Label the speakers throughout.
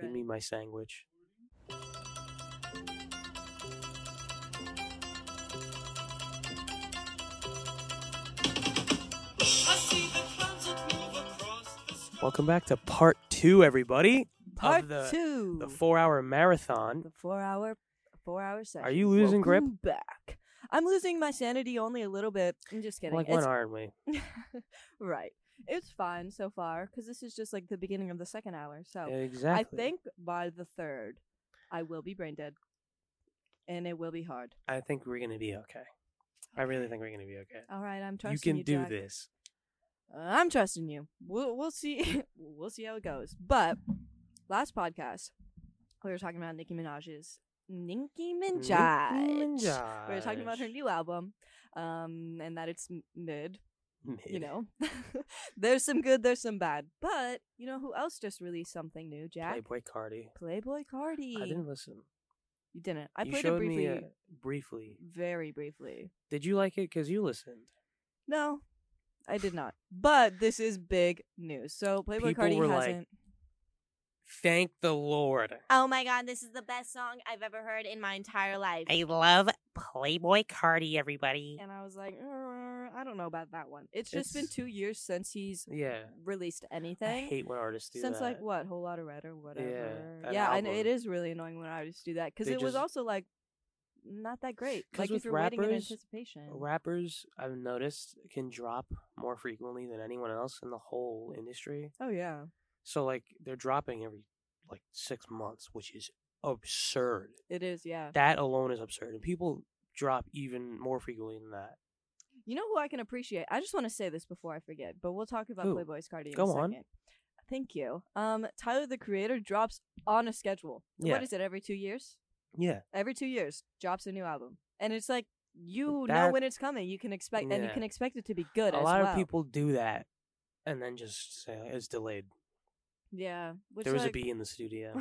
Speaker 1: Give me my sandwich. Welcome back to part two, everybody.
Speaker 2: Part
Speaker 1: the-
Speaker 2: two.
Speaker 1: The four hour marathon.
Speaker 2: The four hour, four hour session.
Speaker 1: you losing grip?
Speaker 2: Welcome Back. I'm losing my sanity only a little bit. I'm just kidding.
Speaker 1: Like, when
Speaker 2: it's,
Speaker 1: aren't we?
Speaker 2: right. It's fine so far because this is just like the beginning of the second hour. So
Speaker 1: Exactly.
Speaker 2: oh, I think by the third, I will be brain dead, and it will be hard.
Speaker 1: I think we're gonna be okay. I really think we're gonna be okay.
Speaker 2: All right, I'm
Speaker 1: you
Speaker 2: trusting
Speaker 1: can
Speaker 2: Oh, you.
Speaker 1: do
Speaker 2: Jack.
Speaker 1: this.
Speaker 2: I'm trusting you. We'll we'll see we'll see how it goes. But last podcast, we were talking about Nicki Minaj's Nicki
Speaker 1: Nicki
Speaker 2: Minaj. We were talking about her
Speaker 1: Minaj.
Speaker 2: new album, um, and that it's m- mid.
Speaker 1: Mid.
Speaker 2: You know, there's some good, there's some bad. But you know who else just released something new? Jack
Speaker 1: Playboy Cardi.
Speaker 2: Playboy Cardi.
Speaker 1: I didn't listen.
Speaker 2: You didn't. I
Speaker 1: you
Speaker 2: played it
Speaker 1: showed
Speaker 2: briefly,
Speaker 1: me uh, briefly.
Speaker 2: very briefly.
Speaker 1: Did you like it? Because you listened.
Speaker 2: No, I did not. But this is big news. So Playboy
Speaker 1: People
Speaker 2: Cardi
Speaker 1: were like,
Speaker 2: hasn't.
Speaker 1: Thank the Lord.
Speaker 3: Oh my god, this is the best song I've ever heard in my entire life.
Speaker 4: I love Playboy Cardi, everybody.
Speaker 2: and I was like, "Uh, I don't know about that one. It's just been
Speaker 1: It's-
Speaker 2: two years since he's
Speaker 1: Yeah.
Speaker 2: released
Speaker 1: I
Speaker 2: anything.
Speaker 1: hate when artists do
Speaker 2: Since
Speaker 1: that.
Speaker 2: like what, whole lot of red or whatever.
Speaker 1: that
Speaker 2: yeah, and it
Speaker 1: album.
Speaker 2: is really annoying when artists do that because
Speaker 1: They
Speaker 2: it was
Speaker 1: just-
Speaker 2: also like not that great.
Speaker 1: 'Cause
Speaker 2: Like
Speaker 1: with
Speaker 2: if you're waiting in
Speaker 1: rappers,
Speaker 2: anticipation,
Speaker 1: Rappers, I've noticed, can drop more frequently than anyone else in the whole industry.
Speaker 2: oh yeah,
Speaker 1: So like they're dropping every like six months, which is absurd.
Speaker 2: it is. Yeah,
Speaker 1: That alone is absurd, and people drop even more frequently than that.
Speaker 2: you know who I can appreciate. I just want to say this before I forget, but we'll talk about
Speaker 1: Who?
Speaker 2: Playboy's Cardi. In a
Speaker 1: Go on.
Speaker 2: second. Thank you. Um, Tyler the Creator drops on a schedule.
Speaker 1: Yeah.
Speaker 2: What is it? Every two years?
Speaker 1: Yeah,
Speaker 2: every two years drops a new album, and it's like you know
Speaker 1: That-
Speaker 2: when it's coming. You can expect, and you
Speaker 1: Yeah.
Speaker 2: can expect it to be good.
Speaker 1: a
Speaker 2: as
Speaker 1: lot
Speaker 2: well.
Speaker 1: of people do that, and then just say it's delayed.
Speaker 2: yeah. Which
Speaker 1: there was
Speaker 2: like,
Speaker 1: a bee in the studio.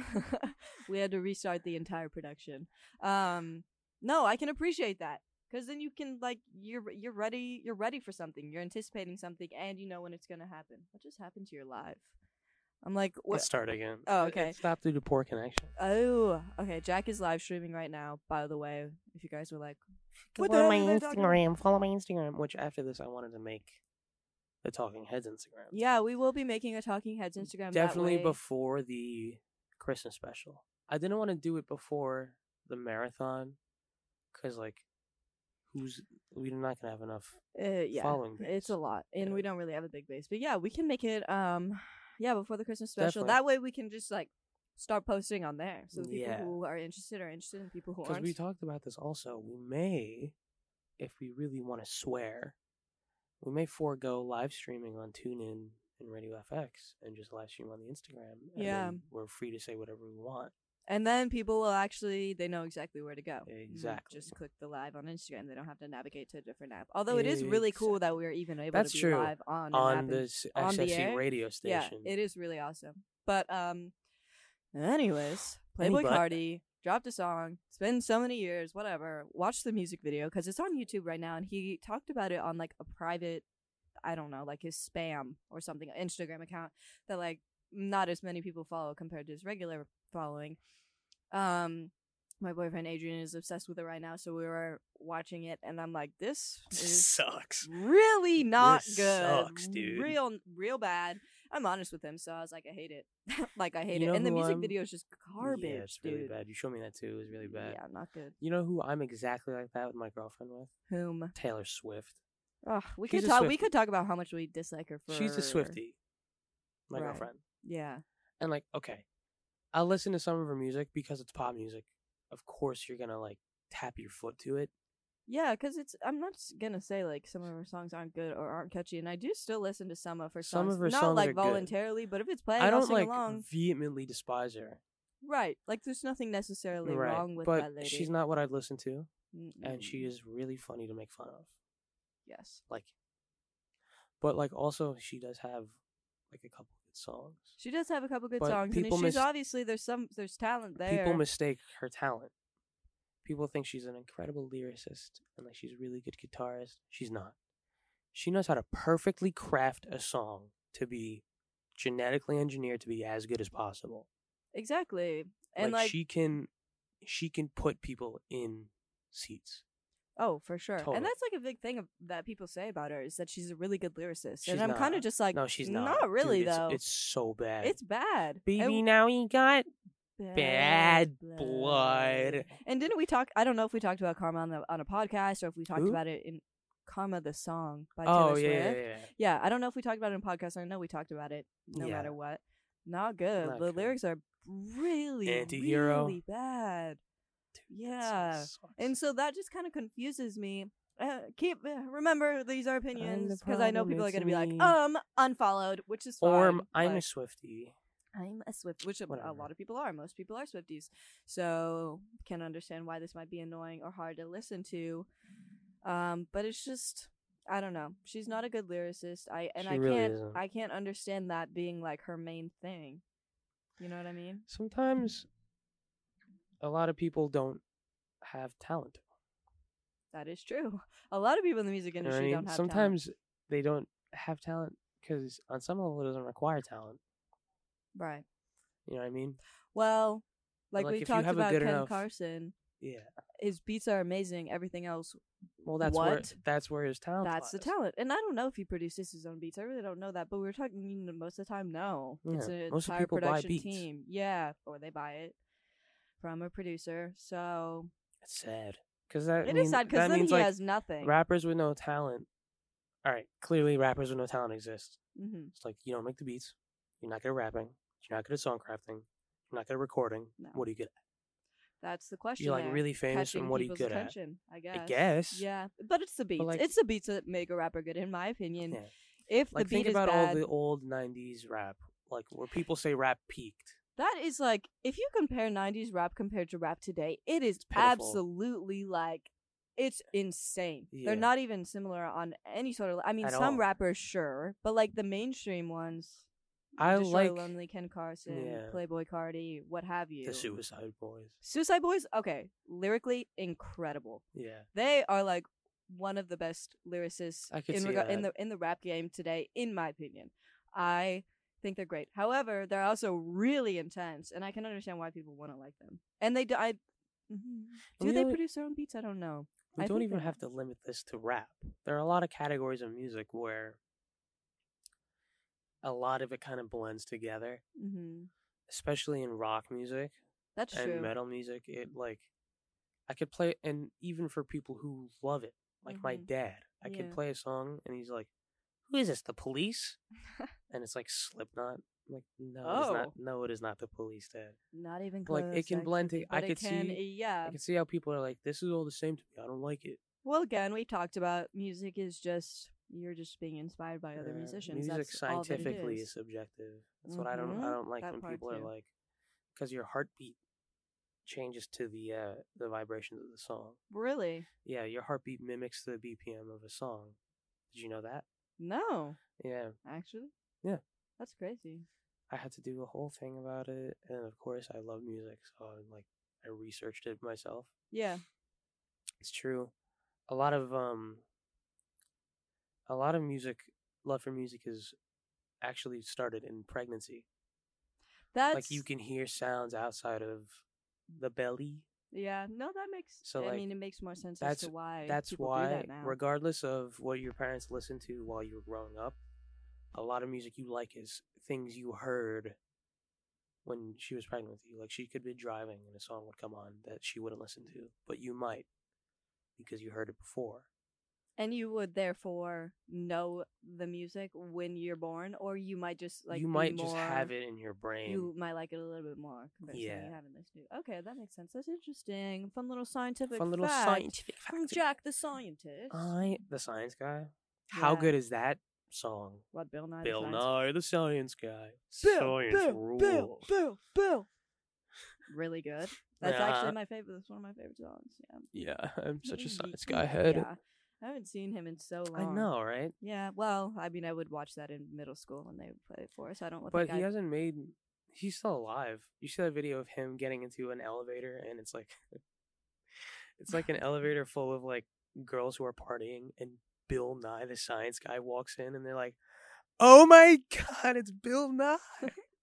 Speaker 2: we had to restart the entire production. Um, no, I can appreciate that because then you can like you're you're ready. You're ready for something. You're anticipating something, and you know when it's gonna happen. What just happened to your live? I'm like, what?
Speaker 1: Let's start again.
Speaker 2: Oh,
Speaker 1: It-
Speaker 2: okay.
Speaker 1: It stopped due to poor connection.
Speaker 2: Oh, okay. Jack is live streaming right now. By the way, if you guys were like, what the
Speaker 4: follow
Speaker 2: hell
Speaker 4: my
Speaker 2: are they talking about?
Speaker 4: Instagram. Follow my Instagram.
Speaker 1: Instagram, which after this I wanted to make the Talking Heads Instagram.
Speaker 2: yeah, we will be making a Talking Heads Instagram. that
Speaker 1: Mm, Definitely
Speaker 2: way.
Speaker 1: before the Christmas special. I didn't want to do it before the marathon because, like, who's we're not gonna have enough.
Speaker 2: uh, yeah,
Speaker 1: following
Speaker 2: It's
Speaker 1: base.
Speaker 2: a lot, and
Speaker 1: Yeah.
Speaker 2: we don't really have a big base, but yeah, we can make it. Um, yeah, before the Christmas special.
Speaker 1: Definitely.
Speaker 2: That way, we can just like start posting on there, so the people
Speaker 1: Yeah.
Speaker 2: who are interested are interested, and people who
Speaker 1: Because
Speaker 2: aren't.
Speaker 1: we talked about this also. We may, if we really want to swear, we may forego live streaming on TuneIn and Radio FX and just live stream on the Instagram. and
Speaker 2: Yeah.
Speaker 1: then we're free to say whatever we want.
Speaker 2: and then people will actually they know exactly where to go. Mm,
Speaker 1: Exactly.
Speaker 2: Just click the live on Instagram. They don't have to navigate to a different app. Although it is really cool that we're even able
Speaker 1: That's
Speaker 2: to be
Speaker 1: true.
Speaker 2: live on an app
Speaker 1: on
Speaker 2: and-
Speaker 1: this
Speaker 2: on the
Speaker 1: XFC
Speaker 2: air?
Speaker 1: radio station.
Speaker 2: Yeah, it is really awesome. But um, anyways,
Speaker 1: Any but.
Speaker 2: Playboy Cardi dropped a song. It's been so many years. Whatever. Watch the music video because it's on YouTube right now, and he talked about it on like a private, I don't know, like his spam or something Instagram account that like not as many people follow compared to his regular following. Um. My boyfriend Adrian is obsessed with it right now, so we were watching it, and I'm like, "This is
Speaker 1: sucks.
Speaker 2: really not
Speaker 1: This
Speaker 2: good.
Speaker 1: sucks, dude.
Speaker 2: Real, real bad. I'm honest with him, so I was like, I hate it. like I hate
Speaker 1: You
Speaker 2: it,
Speaker 1: know
Speaker 2: and the
Speaker 1: who
Speaker 2: music
Speaker 1: I'm-
Speaker 2: video is just garbage,
Speaker 1: Yeah, it's really
Speaker 2: dude.
Speaker 1: bad. You showed me that too. It was really bad.
Speaker 2: Yeah, not good.
Speaker 1: You know who I'm exactly like that with my girlfriend with?
Speaker 2: Whom?
Speaker 1: Taylor Swift.
Speaker 2: Oh, we
Speaker 1: She's
Speaker 2: could
Speaker 1: a
Speaker 2: talk. We
Speaker 1: Swiftie.
Speaker 2: could talk about how much we dislike her for.
Speaker 1: She's a Swifty. My
Speaker 2: Right.
Speaker 1: girlfriend.
Speaker 2: Yeah,
Speaker 1: And like, okay. I'll listen to some of her music because it's pop music. Of course you're gonna like tap your foot to it.
Speaker 2: yeah. Because it's. I'm not s- gonna say like some of her songs aren't good or aren't catchy, and I do still listen to some of her songs.
Speaker 1: Some of her
Speaker 2: not
Speaker 1: songs
Speaker 2: like
Speaker 1: are good.
Speaker 2: voluntarily, but if it's playing,
Speaker 1: I
Speaker 2: will
Speaker 1: don't
Speaker 2: sing
Speaker 1: like
Speaker 2: along.
Speaker 1: vehemently despise her.
Speaker 2: Right. Like there's nothing necessarily
Speaker 1: right.
Speaker 2: wrong with
Speaker 1: but
Speaker 2: that lady. Mm,
Speaker 1: she's not what I'd listen to.
Speaker 2: Mm-mm.
Speaker 1: And she is really funny to make fun of.
Speaker 2: Yes.
Speaker 1: Like but like also she does have like a couple good songs.
Speaker 2: She does have a couple good
Speaker 1: But
Speaker 2: songs, and
Speaker 1: people
Speaker 2: she's
Speaker 1: mis-
Speaker 2: obviously there's some there's talent there.
Speaker 1: People mistake her talent. People think she's an incredible lyricist and like she's a really good guitarist. She's not. She knows how to perfectly craft a song to be genetically engineered to be as good as possible.
Speaker 2: Exactly. And
Speaker 1: like,
Speaker 2: like,
Speaker 1: she can she can put people in seats.
Speaker 2: oh, for sure.
Speaker 1: Totally.
Speaker 2: And that's like a big thing of, that people say about her is that she's a really good lyricist.
Speaker 1: She's
Speaker 2: and I'm kind
Speaker 1: not.
Speaker 2: of just like,
Speaker 1: no, she's not.
Speaker 2: Not
Speaker 1: Dude,
Speaker 2: really
Speaker 1: it's-
Speaker 2: though.
Speaker 1: It's so bad.
Speaker 2: It's bad. Oh,
Speaker 4: Baby,
Speaker 2: And-
Speaker 4: now you got
Speaker 1: bad
Speaker 2: Uh,
Speaker 1: blood.
Speaker 2: And didn't we talk? I don't know if we talked about Karma on the on a podcast or if we talked
Speaker 1: Who?
Speaker 2: about it in Karma the song by Taylor
Speaker 1: oh yeah,
Speaker 2: Swift.
Speaker 1: yeah, yeah.
Speaker 2: Yeah, I don't know if we talked about it in a podcast. I know we talked about it no
Speaker 1: Yeah.
Speaker 2: matter what. Not good.
Speaker 1: Not
Speaker 2: the
Speaker 1: good.
Speaker 2: lyrics are really,
Speaker 1: Anti-hero.
Speaker 2: really bad.
Speaker 1: Dude, that
Speaker 2: Yeah.
Speaker 1: song
Speaker 2: And
Speaker 1: sucks.
Speaker 2: so that just kind of confuses me. Uh, keep uh, remember these are opinions because I know
Speaker 1: problem,
Speaker 2: people are
Speaker 1: it's
Speaker 2: going to be like,
Speaker 1: me.
Speaker 2: um, unfollowed, which is fine.
Speaker 1: or I'm- I'm a
Speaker 2: but-
Speaker 1: Swifty.
Speaker 2: I'm a Swift, which a, a
Speaker 1: Whatever.
Speaker 2: lot of people are. Most people are Swifties, so can understand why this might be annoying or hard to listen to. Um, but it's just I don't know. She's not a good lyricist. I and
Speaker 1: She
Speaker 2: I
Speaker 1: really
Speaker 2: can't
Speaker 1: isn't.
Speaker 2: I can't understand that being like her main thing. You know what I mean?
Speaker 1: Sometimes a lot of people don't have talent.
Speaker 2: That is true. A lot of people in the music
Speaker 1: You know what
Speaker 2: industry
Speaker 1: I mean?
Speaker 2: don't have
Speaker 1: Sometimes they don't have talent because on some level it doesn't require talent.
Speaker 2: talent. right.
Speaker 1: You know what I mean?
Speaker 2: Well, like,
Speaker 1: like,
Speaker 2: we
Speaker 1: if you
Speaker 2: talked
Speaker 1: have a
Speaker 2: about
Speaker 1: good
Speaker 2: Ken
Speaker 1: enough-
Speaker 2: Carson,
Speaker 1: Yeah.
Speaker 2: his beats are amazing. Everything else
Speaker 1: Well, that's where
Speaker 2: What?
Speaker 1: that's where his talent.
Speaker 2: That's the
Speaker 1: lies.
Speaker 2: talent. And I don't know if he produces his own beats. I really don't know that. But we were talking you know, most of the time, no. It's
Speaker 1: Yeah,
Speaker 2: an
Speaker 1: most of
Speaker 2: entire
Speaker 1: people buy
Speaker 2: production
Speaker 1: beats.
Speaker 2: team. Yeah. Or they buy it from a producer. So
Speaker 1: It's sad because that
Speaker 2: it
Speaker 1: mean-
Speaker 2: is sad because
Speaker 1: that
Speaker 2: then
Speaker 1: means
Speaker 2: he
Speaker 1: like
Speaker 2: has nothing.
Speaker 1: rappers with no talent. All right, clearly rappers with no talent exist.
Speaker 2: hmm
Speaker 1: It's like you don't make the beats, you're not good at rapping, you're not good at song crafting, you're not good at recording.
Speaker 2: No.
Speaker 1: What are you good at?
Speaker 2: That's the question.
Speaker 1: You're like
Speaker 2: there.
Speaker 1: really famous,
Speaker 2: Catching
Speaker 1: and what are you
Speaker 2: people's
Speaker 1: good
Speaker 2: attention, I
Speaker 1: at?
Speaker 2: guess.
Speaker 1: I guess.
Speaker 2: Yeah. But it's the beats.
Speaker 1: like-
Speaker 2: it's the beats that make a rapper good, in my opinion.
Speaker 1: Yeah.
Speaker 2: If
Speaker 1: Like
Speaker 2: the beat
Speaker 1: think
Speaker 2: is
Speaker 1: about
Speaker 2: bad,
Speaker 1: all the old '90s rap, like where people say rap peaked.
Speaker 2: that is like if you compare 90s rap compared to rap today it is
Speaker 1: pitiful.
Speaker 2: absolutely like it's insane
Speaker 1: Yeah.
Speaker 2: they're not even similar on any sort of i mean
Speaker 1: At
Speaker 2: some
Speaker 1: all.
Speaker 2: rappers sure but like the mainstream ones
Speaker 1: I
Speaker 2: Destroy
Speaker 1: like
Speaker 2: lonely ken carson
Speaker 1: Yeah.
Speaker 2: playboy cardi what have you
Speaker 1: the Suicide Boys.
Speaker 2: suicide boys okay lyrically incredible
Speaker 1: Yeah,
Speaker 2: they are like one of the best lyricists
Speaker 1: I could
Speaker 2: in,
Speaker 1: see
Speaker 2: in the
Speaker 1: that.
Speaker 2: in the rap game today, in my opinion. I think they're great. However, they're also really intense, and I can understand why people want to like them. And they do. I, Mhm. do
Speaker 1: we
Speaker 2: they
Speaker 1: only-
Speaker 2: produce their own beats? I don't know.
Speaker 1: we
Speaker 2: I
Speaker 1: don't
Speaker 2: think
Speaker 1: even
Speaker 2: they
Speaker 1: have to limit this to rap. There are a lot of categories of music where a lot of it kind of blends together,
Speaker 2: hmm
Speaker 1: especially in rock music.
Speaker 2: That's
Speaker 1: and
Speaker 2: true.
Speaker 1: metal music it like i could play and even for people who love it like my
Speaker 2: Mhm.
Speaker 1: dad i
Speaker 2: Yeah.
Speaker 1: could play a song and he's like who is this the police and it's like slipknot I'm like no it is
Speaker 2: Oh.
Speaker 1: not no it is not the police dad
Speaker 2: Not even close.
Speaker 1: like it can blend to,
Speaker 2: actually,
Speaker 1: i
Speaker 2: but it
Speaker 1: could
Speaker 2: can-
Speaker 1: see i
Speaker 2: Yeah.
Speaker 1: can see how people are like this is all the same to me i don't like it
Speaker 2: Well, again, we talked about music is just you're just being inspired by other
Speaker 1: Uh,
Speaker 2: musicians.
Speaker 1: music
Speaker 2: That's all that it
Speaker 1: scientifically
Speaker 2: is.
Speaker 1: is. subjective that's what i don't i
Speaker 2: Mhm,
Speaker 1: don't like
Speaker 2: that
Speaker 1: when
Speaker 2: part
Speaker 1: people
Speaker 2: too.
Speaker 1: are like because your heartbeat changes to the uh the vibrations of the song
Speaker 2: really
Speaker 1: Yeah, your heartbeat mimics the BPM of a song. Did you know that?
Speaker 2: no,
Speaker 1: Yeah,
Speaker 2: actually.
Speaker 1: Yeah.
Speaker 2: That's crazy.
Speaker 1: I had to do a whole thing about it, and of course, I love music, so I, like I researched it myself.
Speaker 2: Yeah.
Speaker 1: It's true. A lot of um, a lot of music, love for music is actually started in pregnancy.
Speaker 2: That's
Speaker 1: Like you can hear sounds outside of the belly.
Speaker 2: Yeah, no, that makes.
Speaker 1: So,
Speaker 2: I
Speaker 1: like,
Speaker 2: mean, it makes more sense as
Speaker 1: that's-
Speaker 2: to why.
Speaker 1: That's
Speaker 2: people do
Speaker 1: why,
Speaker 2: that now.
Speaker 1: regardless of what your parents listened to while you were growing up, a lot of music you like is things you heard when she was pregnant with you. Like she could be driving and a song would come on that she wouldn't listen to, but you might because you heard it before.
Speaker 2: and you would therefore know the music when you're born, or you might just like
Speaker 1: you
Speaker 2: be
Speaker 1: might just have
Speaker 2: more-
Speaker 1: it in your brain.
Speaker 2: You might like it a little bit more compared to something
Speaker 1: Yeah.
Speaker 2: you haven't listened to. Okay, that makes sense. That's interesting. Fun little scientific.
Speaker 1: Fun little
Speaker 2: fact
Speaker 1: scientific
Speaker 2: from
Speaker 1: fact.
Speaker 2: Jack the scientist.
Speaker 1: I, the science guy. How
Speaker 2: Yeah.
Speaker 1: good is that song?
Speaker 2: what Bill Nye? the
Speaker 1: Bill
Speaker 2: science-
Speaker 1: Nye, the science guy.
Speaker 2: Bill,
Speaker 1: science
Speaker 2: Bill,
Speaker 1: rules.
Speaker 2: Bill, Bill, Bill. Really good. That's
Speaker 1: Yeah.
Speaker 2: actually my favorite. That's one of my favorite songs. Yeah.
Speaker 1: Yeah, I'm such a
Speaker 2: He's
Speaker 1: science
Speaker 2: geeky.
Speaker 1: guy head.
Speaker 2: Yeah. I haven't seen him in so
Speaker 1: I
Speaker 2: long.
Speaker 1: know, right?
Speaker 2: Yeah, well, I mean, I would watch that in middle school when they would play it for us. I don't let
Speaker 1: But
Speaker 2: that
Speaker 1: he
Speaker 2: guy-
Speaker 1: hasn't made. He's still alive. You see that video of him getting into an elevator, and it's like, it's like an elevator full of like girls who are partying, and Bill Nye the Science Guy walks in, and they're like, "Oh my god, it's Bill Nye!"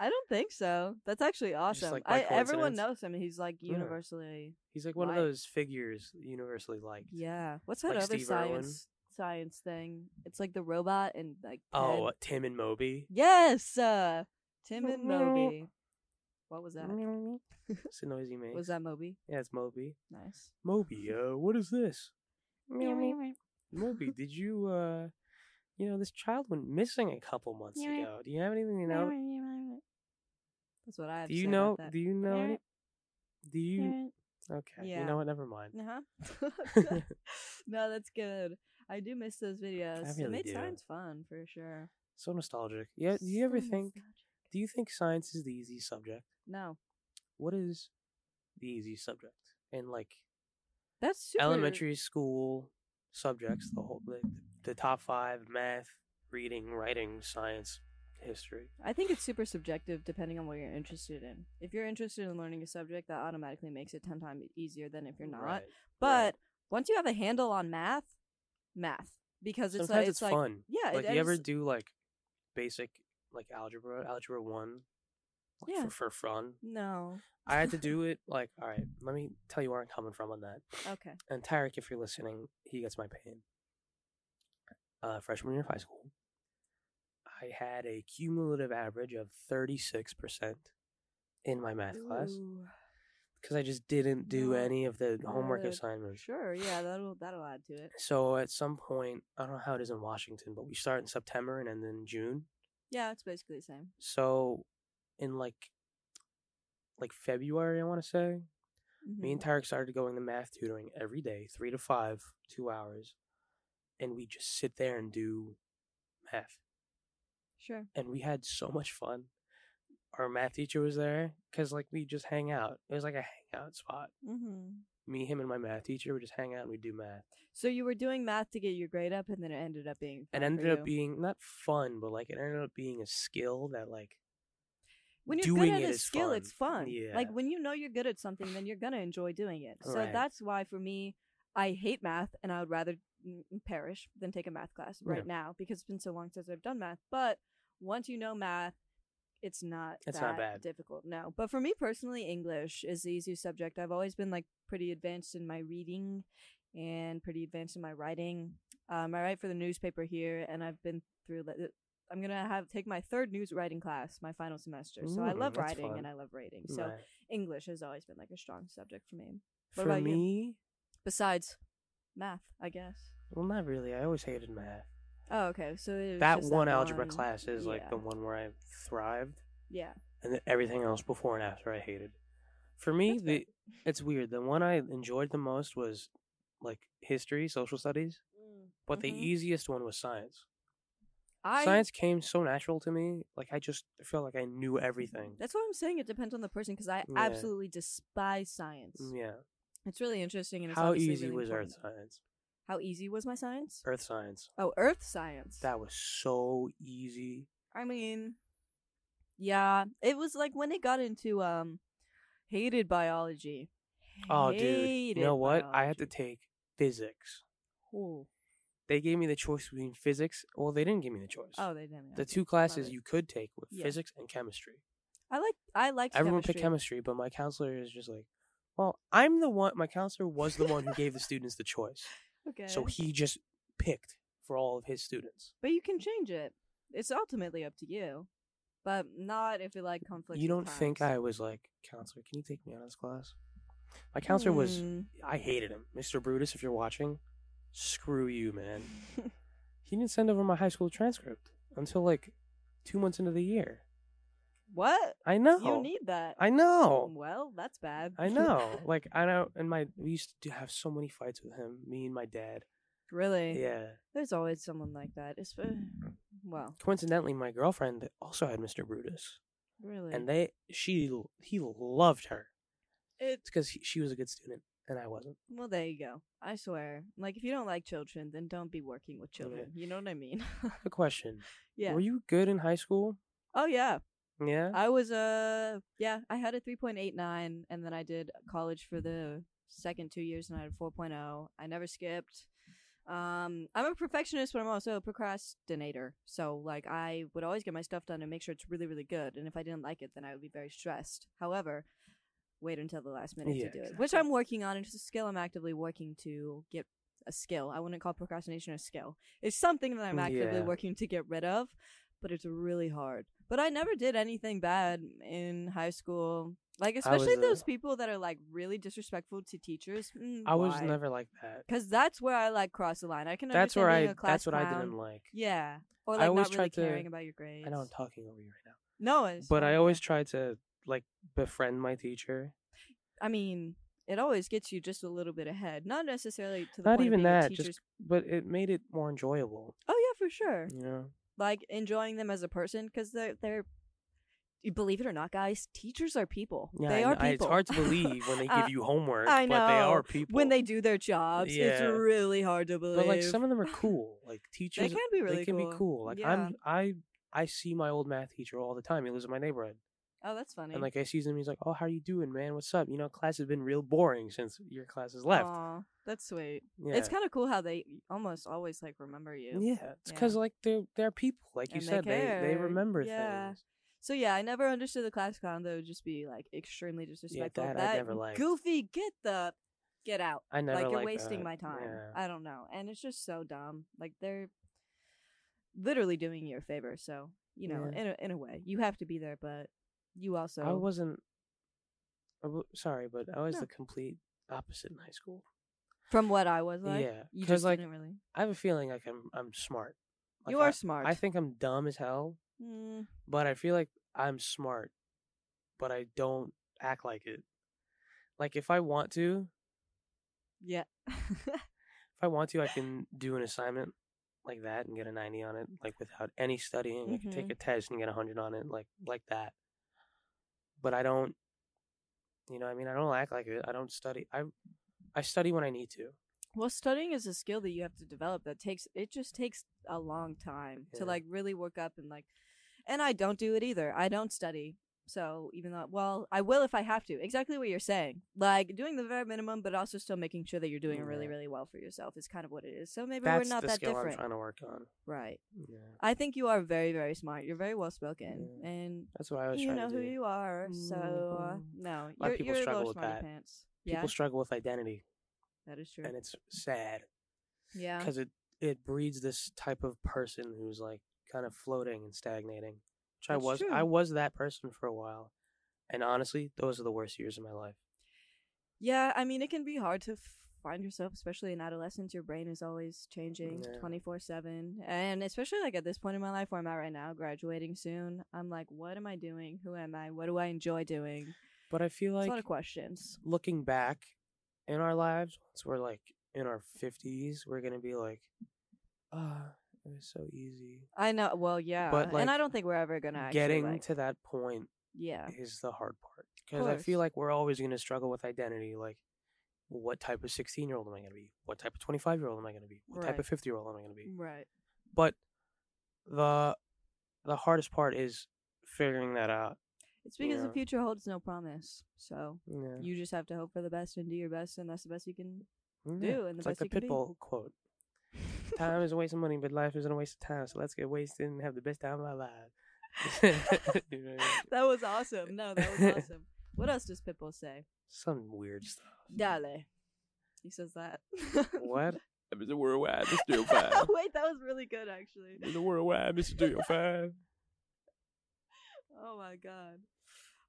Speaker 2: I don't think so. That's actually awesome.
Speaker 1: like,
Speaker 2: I,
Speaker 1: by
Speaker 2: everyone
Speaker 1: coincidence.
Speaker 2: knows him. He's like
Speaker 1: Yeah.
Speaker 2: universally.
Speaker 1: He's like one
Speaker 2: Why?
Speaker 1: of those figures universally liked.
Speaker 2: Yeah. What's that
Speaker 1: Like
Speaker 2: other
Speaker 1: Steve
Speaker 2: science
Speaker 1: Irwin?
Speaker 2: science thing? It's like the robot and like.
Speaker 1: Oh,
Speaker 2: Ted.
Speaker 1: uh, Tim and Moby.
Speaker 2: yes, uh, Tim and
Speaker 4: Meow.
Speaker 2: Moby. What was that?
Speaker 1: It's a noisy man.
Speaker 2: Was that Moby?
Speaker 1: Yeah, it's Moby.
Speaker 2: Nice.
Speaker 1: Moby, uh, what is this?
Speaker 4: Meow.
Speaker 1: Moby, did you, uh, you know, this child went missing a couple months
Speaker 4: Meow.
Speaker 1: ago. Do you have anything to know?
Speaker 2: That's what I. Have
Speaker 1: Do
Speaker 2: to
Speaker 1: you
Speaker 2: say
Speaker 1: know?
Speaker 2: About
Speaker 1: Do you know? Any- do you? Okay. You
Speaker 2: Yeah.
Speaker 1: know what? Never mind.
Speaker 2: that. Uh-huh. no, that's good. I do miss those videos. it
Speaker 1: really
Speaker 2: made
Speaker 1: do.
Speaker 2: science fun for sure.
Speaker 1: So nostalgic. Yeah. Do you ever
Speaker 2: So
Speaker 1: think?
Speaker 2: nostalgic.
Speaker 1: Do you think science is the easy subject?
Speaker 2: No,
Speaker 1: What is the easy subject? And like
Speaker 2: that's super
Speaker 1: elementary school subjects, the whole the, the top five: math, reading, writing, science, history.
Speaker 2: I think it's super subjective depending on what you're interested in. If you're interested in learning a subject, that automatically makes it 10 times easier than if you're not.
Speaker 1: Right,
Speaker 2: but
Speaker 1: right.
Speaker 2: once you have a handle on math, math. Because it's
Speaker 1: sometimes
Speaker 2: like,
Speaker 1: it's,
Speaker 2: like,
Speaker 1: fun.
Speaker 2: yeah, it-
Speaker 1: like
Speaker 2: and
Speaker 1: you ever
Speaker 2: it's-
Speaker 1: do like basic like algebra, algebra one, like,
Speaker 2: Yeah.
Speaker 1: for, for fun.
Speaker 2: No.
Speaker 1: I had to do it like, all right, let me tell you where I'm coming from on that.
Speaker 2: Okay.
Speaker 1: And Tarek, if you're listening, he gets my pain. Uh, freshman year of high school, I had a cumulative average of 36% in my math class
Speaker 2: Ooh,
Speaker 1: because I just didn't do
Speaker 2: Not
Speaker 1: any of the homework
Speaker 2: good.
Speaker 1: assignments.
Speaker 2: Sure, yeah, that'll that'll add to it.
Speaker 1: So at some point, I don't know how it is in Washington, but we start in September and end in June.
Speaker 2: Yeah, it's basically the same.
Speaker 1: So in like like February, I want to say, me
Speaker 2: Mm-hmm,
Speaker 1: and Tarek started going to math tutoring every day, three to five, two hours, and we just sit there and do math.
Speaker 2: Sure.
Speaker 1: And we had so much fun. Our math teacher was there because like we just hang out. It was like a hangout spot.
Speaker 2: Mm-hmm.
Speaker 1: Me, him, and my math teacher would just hang out and we'd do math.
Speaker 2: So you were doing math to get your grade up, and then it ended up being.
Speaker 1: It
Speaker 2: fun for
Speaker 1: ended up
Speaker 2: you.
Speaker 1: being not fun, but like it ended up being a skill that like
Speaker 2: when you're
Speaker 1: doing
Speaker 2: good at
Speaker 1: it
Speaker 2: a
Speaker 1: is
Speaker 2: skill, it's
Speaker 1: fun.
Speaker 2: fun. Like
Speaker 1: Yeah.
Speaker 2: when you know you're good at something, then you're gonna enjoy doing it. So
Speaker 1: Right.
Speaker 2: that's why for me, I hate math, and I would rather mm, perish than take a math class
Speaker 1: Yeah.
Speaker 2: right now because it's been so long since I've done math. But once you know math, it's not
Speaker 1: It's
Speaker 2: that
Speaker 1: not bad.
Speaker 2: difficult. No, but for me personally, English is the easiest subject. I've always been like pretty advanced in my reading, and pretty advanced in my writing. Um, I write for the newspaper here, and I've been through. li- I'm gonna have take my third news writing class, my final semester. So I
Speaker 1: Mm,
Speaker 2: love
Speaker 1: that's
Speaker 2: writing
Speaker 1: fun.
Speaker 2: and I love writing. So
Speaker 1: Right.
Speaker 2: English has always been like a strong subject for me. What
Speaker 1: for
Speaker 2: about you?
Speaker 1: me,
Speaker 2: Besides math, I guess.
Speaker 1: well, not really. I always hated math.
Speaker 2: Oh, okay. So it was
Speaker 1: that
Speaker 2: just
Speaker 1: one algebra
Speaker 2: one-
Speaker 1: class is like the
Speaker 2: yeah.
Speaker 1: one where I thrived,
Speaker 2: Yeah.
Speaker 1: and then everything else before and after I hated. For me,
Speaker 2: That's fair.
Speaker 1: the it's weird. The one I enjoyed the most was like history, social studies, but
Speaker 2: Mhm.
Speaker 1: the easiest one was science.
Speaker 2: I,
Speaker 1: Science came so natural to me. Like I just felt like I knew everything.
Speaker 2: That's what I'm saying. It depends on the person because I
Speaker 1: Yeah. Mm,
Speaker 2: absolutely despise science.
Speaker 1: Yeah.
Speaker 2: It's really interesting and it's
Speaker 1: How
Speaker 2: obviously
Speaker 1: easy
Speaker 2: really
Speaker 1: was earth
Speaker 2: important.
Speaker 1: science?
Speaker 2: How easy was my science?
Speaker 1: Earth science.
Speaker 2: Oh, earth science.
Speaker 1: That was so easy.
Speaker 2: I mean, yeah, it was like when it got into um, hated biology.
Speaker 1: Oh, dude.
Speaker 2: Hated
Speaker 1: You know what? I had to
Speaker 2: biology.
Speaker 1: take physics.
Speaker 2: Ooh.
Speaker 1: They gave me the choice between physics. Well, they didn't give me the choice.
Speaker 2: Oh, they didn't.
Speaker 1: The
Speaker 2: okay.
Speaker 1: two classes
Speaker 2: it.
Speaker 1: you could take were
Speaker 2: Yeah.
Speaker 1: physics and chemistry.
Speaker 2: I like. I liked.
Speaker 1: Everyone
Speaker 2: chemistry.
Speaker 1: picked chemistry, but my counselor is just like, well, I'm the one, my counselor was the one who gave the students the choice.
Speaker 2: Okay.
Speaker 1: So he just picked for all of his students.
Speaker 2: but you can change it. It's ultimately up to you, but not if it like conflicts.
Speaker 1: you
Speaker 2: with
Speaker 1: don't think
Speaker 2: times.
Speaker 1: I was like, counselor, can you take me out of this class? My counselor was,
Speaker 2: Mm.
Speaker 1: I hated him. Mr. Brutus, if you're watching, screw you, man. he didn't send over my high school transcript until like two months into the year.
Speaker 2: what?
Speaker 1: I know.
Speaker 2: You need that. Mm,
Speaker 1: I know.
Speaker 2: Well, that's bad.
Speaker 1: I know. Like I know, and my we used to have so many fights with him. Me and my dad.
Speaker 2: really.
Speaker 1: Yeah.
Speaker 2: There's always someone like that. It's uh, well,
Speaker 1: Coincidentally, my girlfriend also had Mr. Brutus,
Speaker 2: really.
Speaker 1: and they she l- he loved her.
Speaker 2: it
Speaker 1: It's because she was a good student and I wasn't.
Speaker 2: Well, there you go. I swear. Like, if you don't like children, then don't be working with
Speaker 1: Yeah.
Speaker 2: children. You know what I mean?
Speaker 1: Good question.
Speaker 2: yeah.
Speaker 1: Were you good in high school?
Speaker 2: oh, yeah.
Speaker 1: Yeah.
Speaker 2: I was, uh, yeah, I had a 3.89, and then I did college for the second two years, and I had a 4.0. I never oh. skipped. Um, I'm a perfectionist, but I'm also a procrastinator. So, like, I would always get my stuff done and make sure it's really, really good. And if I didn't like it, then I would be very stressed. However, wait until the last minute
Speaker 1: Yeah,
Speaker 2: to do it, which
Speaker 1: exactly.
Speaker 2: I'm working on. It's a skill I'm actively working to get a skill. I wouldn't call procrastination a skill. It's something that I'm actively
Speaker 1: Yeah.
Speaker 2: working to get rid of, but it's really hard. But I never did anything bad in high school. Like,
Speaker 1: was
Speaker 2: especially
Speaker 1: a-
Speaker 2: those people that are like really disrespectful to teachers. Mm,
Speaker 1: I was
Speaker 2: why?
Speaker 1: never like that.
Speaker 2: Cause that's where I like cross the line. I can.
Speaker 1: That's where
Speaker 2: understand being
Speaker 1: I.
Speaker 2: a class
Speaker 1: That's what I
Speaker 2: clown.
Speaker 1: didn't like.
Speaker 2: Yeah, or
Speaker 1: I
Speaker 2: like
Speaker 1: always
Speaker 2: not really
Speaker 1: tried to-
Speaker 2: caring about your grades.
Speaker 1: I know I'm talking over you right now,
Speaker 2: No, it's
Speaker 1: but
Speaker 2: fine.
Speaker 1: I always try to like befriend my teacher.
Speaker 2: I mean, it always gets you just a little bit ahead. Not necessarily to the
Speaker 1: Not
Speaker 2: point
Speaker 1: even
Speaker 2: of being a
Speaker 1: that,
Speaker 2: teacher's-
Speaker 1: just but it made it more enjoyable.
Speaker 2: oh yeah, for sure.
Speaker 1: You know,
Speaker 2: Like enjoying them as a person because they're they're. You believe it or not, guys, teachers are people.
Speaker 1: yeah,
Speaker 2: they
Speaker 1: I,
Speaker 2: are
Speaker 1: kn- I-
Speaker 2: people.
Speaker 1: it's hard to believe when they
Speaker 2: Uh,
Speaker 1: give you homework,
Speaker 2: I
Speaker 1: but they
Speaker 2: know.
Speaker 1: are people.
Speaker 2: when they do their jobs. It's
Speaker 1: Yeah.
Speaker 2: really hard to believe.
Speaker 1: but like some of them are cool. Like teachers,
Speaker 2: they can be really
Speaker 1: they can
Speaker 2: cool.
Speaker 1: be cool. Like
Speaker 2: yeah.
Speaker 1: I'm, I, I see my old math teacher all the time. He lives in my neighborhood,
Speaker 2: Oh, that's funny.
Speaker 1: and like I see him, he's like, "Oh, how you doing, man? What's up? You know, class has been real boring since your class has left."
Speaker 2: Aw, that's sweet.
Speaker 1: yeah.
Speaker 2: It's kind of cool how they almost always like remember you.
Speaker 1: yeah, it's because like they're they're people, like you
Speaker 2: And they
Speaker 1: said, they they,
Speaker 2: care.
Speaker 1: remember
Speaker 2: Yeah.
Speaker 1: things.
Speaker 2: So yeah, I never understood the class clown that would just be like extremely disrespectful.
Speaker 1: that I never liked.
Speaker 2: Goofy, get the get out.
Speaker 1: I never
Speaker 2: like you're
Speaker 1: liked
Speaker 2: wasting
Speaker 1: that.
Speaker 2: my time.
Speaker 1: Yeah.
Speaker 2: I don't know. And it's just so dumb. Like they're literally doing you a favor. So, you know,
Speaker 1: Yeah.
Speaker 2: in a in a way. You have to be there, but you also
Speaker 1: I wasn't. I w- sorry, but I was
Speaker 2: No.
Speaker 1: the complete opposite in high school.
Speaker 2: from what I was like.
Speaker 1: Yeah,
Speaker 2: You
Speaker 1: 'cause,
Speaker 2: just
Speaker 1: like,
Speaker 2: didn't really
Speaker 1: I have a feeling like I'm I'm smart. Like,
Speaker 2: You
Speaker 1: I,
Speaker 2: are smart.
Speaker 1: I think I'm dumb as hell,
Speaker 2: Mm,
Speaker 1: but I feel like I'm smart, but I don't act like it. Like if I want to,
Speaker 2: yeah.
Speaker 1: if I want to, I can do an assignment like that and get a 90 on it, like without any studying. I can take
Speaker 2: Mhm.
Speaker 1: a test and get a 100 on it, like like that. But I don't, you know, what I mean, I don't act like it. I don't study. I I study when I need to.
Speaker 2: Well, studying is a skill that you have to develop that takes it just takes a long time
Speaker 1: Yeah.
Speaker 2: to like really work up and like and I don't do it either. I don't study. So even though well, I will if I have to. Exactly what you're saying. Like doing the very minimum but also still making sure that you're doing it really
Speaker 1: Yeah.
Speaker 2: really well for yourself is kind of what it is. So maybe
Speaker 1: That's
Speaker 2: we're not
Speaker 1: the
Speaker 2: that
Speaker 1: skill I'm
Speaker 2: different.
Speaker 1: trying to work on.
Speaker 2: Right.
Speaker 1: Yeah,
Speaker 2: I think you are very very smart. You're very well spoken
Speaker 1: Yeah.
Speaker 2: and
Speaker 1: that's what I was
Speaker 2: you
Speaker 1: trying
Speaker 2: know
Speaker 1: to
Speaker 2: who
Speaker 1: do.
Speaker 2: you are. So uh,
Speaker 1: Mhm.
Speaker 2: no,
Speaker 1: lot
Speaker 2: you're,
Speaker 1: of people
Speaker 2: you're a
Speaker 1: struggle
Speaker 2: little
Speaker 1: with
Speaker 2: smarty
Speaker 1: that.
Speaker 2: pants.
Speaker 1: People
Speaker 2: yeah.
Speaker 1: struggle with identity,
Speaker 2: that is true.
Speaker 1: and it's sad
Speaker 2: Yeah.
Speaker 1: because it it breeds this type of person who's like kind of floating and stagnating. Which I
Speaker 2: That's
Speaker 1: was
Speaker 2: true.
Speaker 1: I was that person for a while, and honestly, those are the worst years of my life.
Speaker 2: Yeah, I mean, it can be hard to f- find yourself, especially in adolescence. Your brain is always changing
Speaker 1: Yeah.
Speaker 2: 24 7. And especially like at this point in my life where I'm at right now, graduating soon, I'm like, what am I doing? Who am I? What do I enjoy doing?
Speaker 1: But I feel
Speaker 2: It's
Speaker 1: like
Speaker 2: a lot of questions.
Speaker 1: looking back in our lives, once we're like in our fifties, we're gonna be like, ah, it was so easy.
Speaker 2: I know. Well, yeah.
Speaker 1: But, like,
Speaker 2: and I don't think we're ever going to actually.
Speaker 1: Getting
Speaker 2: like-
Speaker 1: to that point
Speaker 2: Yeah.
Speaker 1: is the hard part because I
Speaker 2: course.
Speaker 1: feel like we're always going to struggle with identity. Like, what type of 16 year old am I going to be? What type of 25 year old am I going to be? What type
Speaker 2: Right.
Speaker 1: of 50 year old am I going to be?
Speaker 2: Right.
Speaker 1: But the the hardest part is figuring that out.
Speaker 2: It's because the
Speaker 1: Yeah.
Speaker 2: future holds no promise. So
Speaker 1: Yeah.
Speaker 2: you just have to hope for the best and do your best, and that's the best you can.
Speaker 1: Yeah.
Speaker 2: do and the
Speaker 1: it's like
Speaker 2: best you
Speaker 1: the
Speaker 2: can be.
Speaker 1: Pitbull quote. Time is a waste of money, but life isn't a waste of time. So let's get wasted and have the best time of our lives. You know what I mean?
Speaker 2: that was awesome. No, that was awesome. What else does Pitbull say?
Speaker 1: Some weird stuff.
Speaker 2: Dale. He says that.
Speaker 1: What?
Speaker 5: I'm Mr. Worldwide, Mr. Five.
Speaker 2: Wait, that was really good, actually.
Speaker 5: Mr. Worldwide, Mr. Five.
Speaker 2: Oh my god.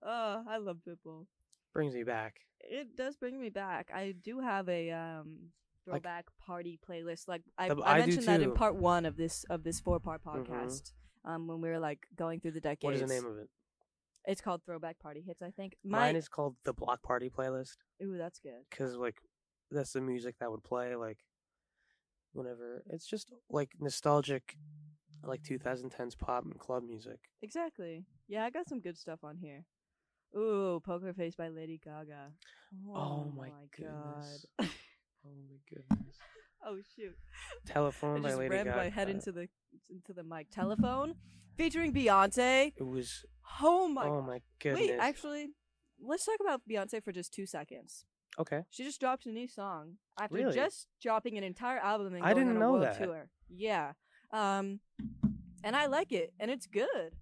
Speaker 2: Oh, I love Pitbull.
Speaker 1: Brings me back.
Speaker 2: It does bring me back. I do have a um
Speaker 1: Like-
Speaker 2: throwback party playlist. Like I,
Speaker 1: The-
Speaker 2: I,
Speaker 1: I do
Speaker 2: mentioned that in
Speaker 1: too.
Speaker 2: part one of this of this four part
Speaker 1: Mhm.
Speaker 2: podcast. Um, when we were like going through the decades.
Speaker 1: What is the name of it?
Speaker 2: It's called Throwback Party Hits, I think. My,
Speaker 1: Mine is called the Block Party playlist.
Speaker 2: ooh, that's good.
Speaker 1: because like that's the music that would play like whenever it's just like nostalgic like 2010s pop and club music
Speaker 2: Exactly. Yeah, I got some good stuff on here. Ooh, Poker Face by Lady Gaga.
Speaker 1: Oh my goodness.
Speaker 2: god.
Speaker 1: oh my goodness
Speaker 2: oh shoot. I
Speaker 1: telephone by
Speaker 2: just
Speaker 1: lady
Speaker 2: rammed
Speaker 1: gaga
Speaker 2: my head into the into the mic. Telephone, featuring Beyonce.
Speaker 1: it was
Speaker 2: Oh my!
Speaker 1: oh my goodness
Speaker 2: Wait, actually, let's talk about Beyonce for just two seconds.
Speaker 1: Okay.
Speaker 2: She just dropped a new song after
Speaker 1: Really?
Speaker 2: just dropping an entire album and
Speaker 1: I
Speaker 2: going
Speaker 1: didn't
Speaker 2: on
Speaker 1: know
Speaker 2: a world
Speaker 1: that.
Speaker 2: tour. Yeah, um, and I like it, and it's good.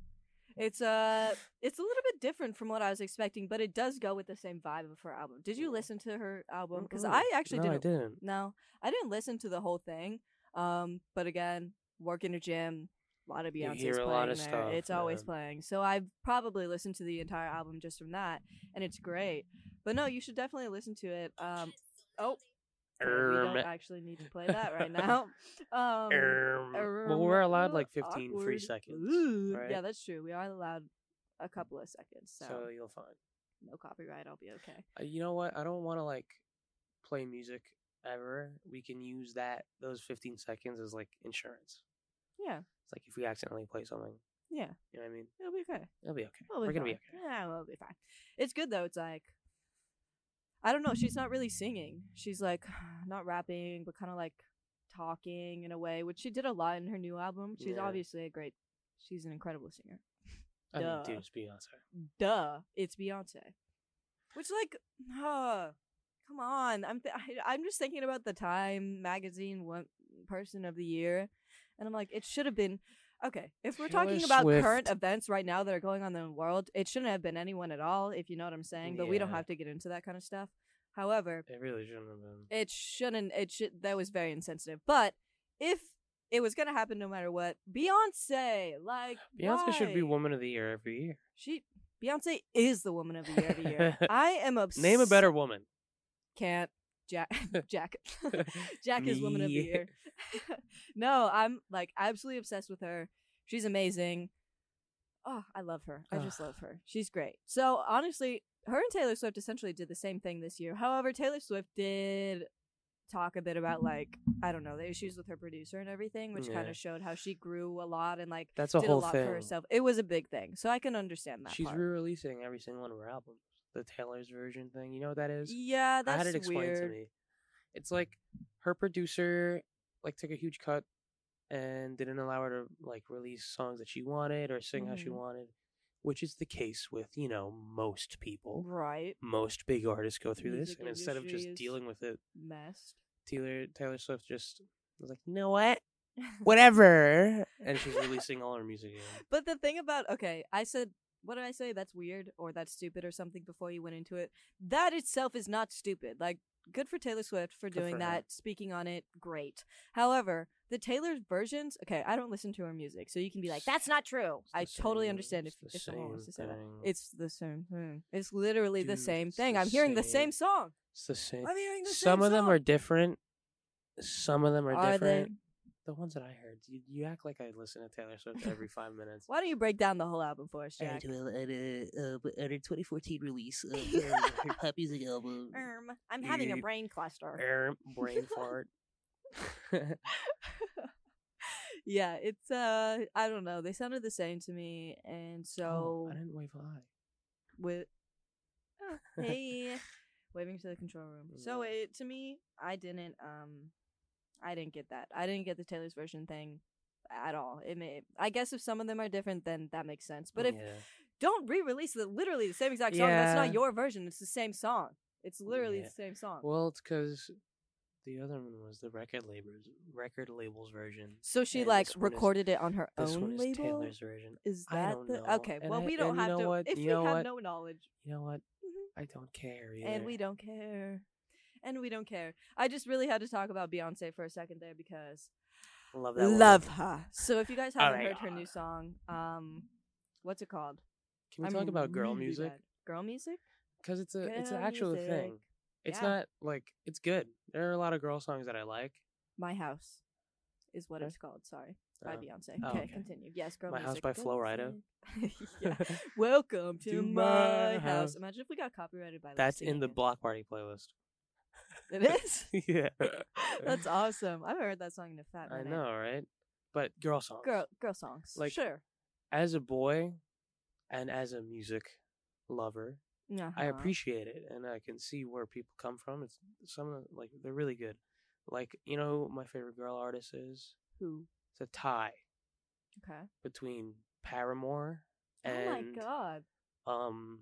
Speaker 2: It's uh, it's a little bit different from what I was expecting, but it does go with the same vibe of her album. Did you listen to her album? Because
Speaker 1: Mm-mm.
Speaker 2: I actually
Speaker 1: no,
Speaker 2: didn't.
Speaker 1: I didn't.
Speaker 2: No, I didn't listen to the whole thing. Um, but again, work in a gym, a lot of
Speaker 1: You
Speaker 2: Beyonce's
Speaker 1: hear
Speaker 2: playing
Speaker 1: a lot of
Speaker 2: there.
Speaker 1: stuff,
Speaker 2: it's always
Speaker 1: yeah.
Speaker 2: playing. So I've probably listened to the entire album just from that, and it's great. But no, you should definitely listen to it. Um, oh, but we
Speaker 1: Erm.
Speaker 2: don't actually need to play that right now. Um,
Speaker 1: Erm. well, we're
Speaker 2: erm,
Speaker 1: allowed
Speaker 2: uh,
Speaker 1: like 15 free
Speaker 2: awkward.
Speaker 1: seconds.
Speaker 2: Ooh.
Speaker 1: right?
Speaker 2: Yeah, that's true. We are allowed a couple of seconds, so,
Speaker 1: so. you'll find.
Speaker 2: no copyright. I'll be okay.
Speaker 1: Uh, You know what? I don't want to like play music ever. We can use that those 15 seconds as like insurance.
Speaker 2: Yeah,
Speaker 1: It's like if we accidentally play something,
Speaker 2: yeah,
Speaker 1: you know what I mean?
Speaker 2: it'll be okay.
Speaker 1: It'll be okay.
Speaker 2: We'll
Speaker 1: We're
Speaker 2: be fine.
Speaker 1: gonna be okay.
Speaker 2: Yeah, we'll be fine. It's good though. It's like I don't know. She's not really singing. She's like not rapping, but kind of like talking in a way, which she did a lot in her new album. She's
Speaker 1: Yeah.
Speaker 2: obviously a great. She's an incredible singer.
Speaker 1: I mean,
Speaker 2: Duh.
Speaker 1: dude, it's Beyonce.
Speaker 2: Duh, it's Beyonce. Which like, huh, come on. I'm th- I, I'm just thinking about the Time magazine one person of the year, and I'm like, it should have been. Okay, if we're talking
Speaker 1: Taylor
Speaker 2: about current
Speaker 1: Swift.
Speaker 2: events right now that are going on in the world, it shouldn't have been anyone at all, if you know what I'm saying. But we don't
Speaker 1: Yeah.
Speaker 2: have to get into that kind of stuff. However,
Speaker 1: It really shouldn't have been.
Speaker 2: it shouldn't. It should. That was very insensitive. But if it was gonna happen no matter what, Beyonce, like
Speaker 1: Beyonce should be
Speaker 2: why?
Speaker 1: Woman of the Year every year.
Speaker 2: She Beyonce is the woman of the year. Every year. I am obsessed.
Speaker 1: Name a better woman.
Speaker 2: Can't Jack. Jack. Jack is woman of the
Speaker 1: Me.
Speaker 2: year. no, I'm like absolutely obsessed with her. She's amazing. Oh, I love her. I just
Speaker 1: Ugh.
Speaker 2: love her. She's great. So honestly, her and Taylor Swift essentially did the same thing this year. However, Taylor Swift did talk a bit about like I don't know the issues with her producer and everything, which kind
Speaker 1: Yeah.
Speaker 2: of showed how she grew a lot and like
Speaker 1: That's a
Speaker 2: did
Speaker 1: whole
Speaker 2: a lot
Speaker 1: thing.
Speaker 2: for herself. It was a big thing, so I can understand that.
Speaker 1: She's
Speaker 2: part.
Speaker 1: re-releasing every single one of her albums. The Taylor's version thing. You know what that is?
Speaker 2: Yeah, that's
Speaker 1: I had it explained
Speaker 2: weird.
Speaker 1: to me. It's like her producer like took a huge cut and didn't allow her to like release songs that she wanted or sing how she
Speaker 2: Mhm.
Speaker 1: wanted, which is the case with you know most people.
Speaker 2: Right,
Speaker 1: Most big artists go through this,
Speaker 2: Music
Speaker 1: and instead of just
Speaker 2: industries.
Speaker 1: dealing with it,
Speaker 2: messed.
Speaker 1: Taylor Taylor Swift just was like, you know what, whatever, and she's releasing all her music again.
Speaker 2: But the thing about okay, I said what did I say? That's weird or that's stupid or something before you went into it. That itself is not stupid. Like good for Taylor Swift for
Speaker 1: Good
Speaker 2: doing
Speaker 1: for her.
Speaker 2: that, speaking on it, great. However, the Taylor's versions, okay, I don't listen to her music, so you can be like, that's not true.
Speaker 1: the
Speaker 2: I totally
Speaker 1: same-
Speaker 2: understand if,
Speaker 1: it's the
Speaker 2: if someone wants
Speaker 1: same
Speaker 2: to say that.
Speaker 1: thing.
Speaker 2: It's the same thing. It's literally the
Speaker 1: Mm. Dude,
Speaker 2: same
Speaker 1: it's
Speaker 2: thing.
Speaker 1: the
Speaker 2: I'm hearing the
Speaker 1: same-
Speaker 2: same song.
Speaker 1: It's the same.
Speaker 2: I'm hearing the same
Speaker 1: Some of them
Speaker 2: song.
Speaker 1: are different. Some of them are,
Speaker 2: Are they-
Speaker 1: different. The ones that I heard, you, you act like I listen to Taylor Swift every five minutes.
Speaker 2: Why don't you break down the whole album for us, Jack?
Speaker 6: And her, uh, her 2014 release of her, her pop music album.
Speaker 3: Erm, I'm having a
Speaker 1: You-
Speaker 3: brain cluster.
Speaker 1: Err, brain fart. Oh,
Speaker 2: yeah, it's uh I don't know. They sounded the same to me and
Speaker 1: Oh,
Speaker 2: so
Speaker 1: I didn't wave high.
Speaker 2: with hey waving to the control room so
Speaker 1: Yeah.
Speaker 2: it to me i didn't um i didn't get that i didn't get the taylor's version thing at all it may i guess if some of them are different then that makes sense but if
Speaker 1: Yeah.
Speaker 2: don't re-release the literally the same exact song that's
Speaker 1: Yeah.
Speaker 2: not your version it's the same song it's literally
Speaker 1: Yeah.
Speaker 2: the same song
Speaker 1: Uh, well, it's because the other one was the record labels record labels version.
Speaker 2: so she
Speaker 1: and this
Speaker 2: like
Speaker 1: one is-
Speaker 2: recorded it on her
Speaker 1: This
Speaker 2: own
Speaker 1: one is
Speaker 2: label
Speaker 1: Taylor's version.
Speaker 2: is
Speaker 1: I
Speaker 2: that
Speaker 1: don't
Speaker 2: the
Speaker 1: know.
Speaker 2: okay
Speaker 1: And
Speaker 2: well
Speaker 1: I-
Speaker 2: we don't
Speaker 1: and you
Speaker 2: have
Speaker 1: know
Speaker 2: to
Speaker 1: what?
Speaker 2: if
Speaker 1: You
Speaker 2: we
Speaker 1: know
Speaker 2: have
Speaker 1: what?
Speaker 2: no knowledge
Speaker 1: You know what?
Speaker 2: Mhm.
Speaker 1: I don't care either.
Speaker 2: and we don't care and we don't care i just really had to talk about beyonce for a second there because
Speaker 1: love that. woman.
Speaker 2: love her so if you guys
Speaker 1: Oh
Speaker 2: haven't
Speaker 1: my
Speaker 2: heard her
Speaker 1: God.
Speaker 2: new song um what's it called
Speaker 1: Can we talk about girl
Speaker 2: really
Speaker 1: music?
Speaker 2: bad. girl music
Speaker 1: because it's a it's an
Speaker 2: Girl
Speaker 1: actual
Speaker 2: music.
Speaker 1: thing. It's
Speaker 2: Yeah.
Speaker 1: not like it's good. There are a lot of girl songs that I like.
Speaker 2: my house is what
Speaker 1: Okay.
Speaker 2: it's called sorry by
Speaker 1: Um,
Speaker 2: beyonce
Speaker 1: oh,
Speaker 2: okay,
Speaker 1: okay.
Speaker 2: continue yes girl
Speaker 1: My House
Speaker 2: music.
Speaker 1: by
Speaker 2: Girl
Speaker 1: Flo Rida.
Speaker 2: music. yeah welcome to,
Speaker 1: To
Speaker 2: my,
Speaker 1: my
Speaker 2: house.
Speaker 1: house.
Speaker 2: imagine if we got copyrighted by like,
Speaker 1: That's in
Speaker 2: singing
Speaker 1: the
Speaker 2: it.
Speaker 1: block party playlist.
Speaker 2: it is
Speaker 1: yeah,
Speaker 2: that's awesome i've heard that song in a fat
Speaker 1: I
Speaker 2: minute.
Speaker 1: know, right? But girl songs.
Speaker 2: girl girl songs
Speaker 1: Like-
Speaker 2: sure
Speaker 1: As a boy, and as a music lover, I
Speaker 2: Uh-huh.
Speaker 1: appreciate it, and I can see where people come from. It's some of the, like they're really good. Like you know, who my favorite girl artist is
Speaker 2: who
Speaker 1: it's a tie
Speaker 2: okay
Speaker 1: between Paramore and
Speaker 2: oh my god
Speaker 1: um.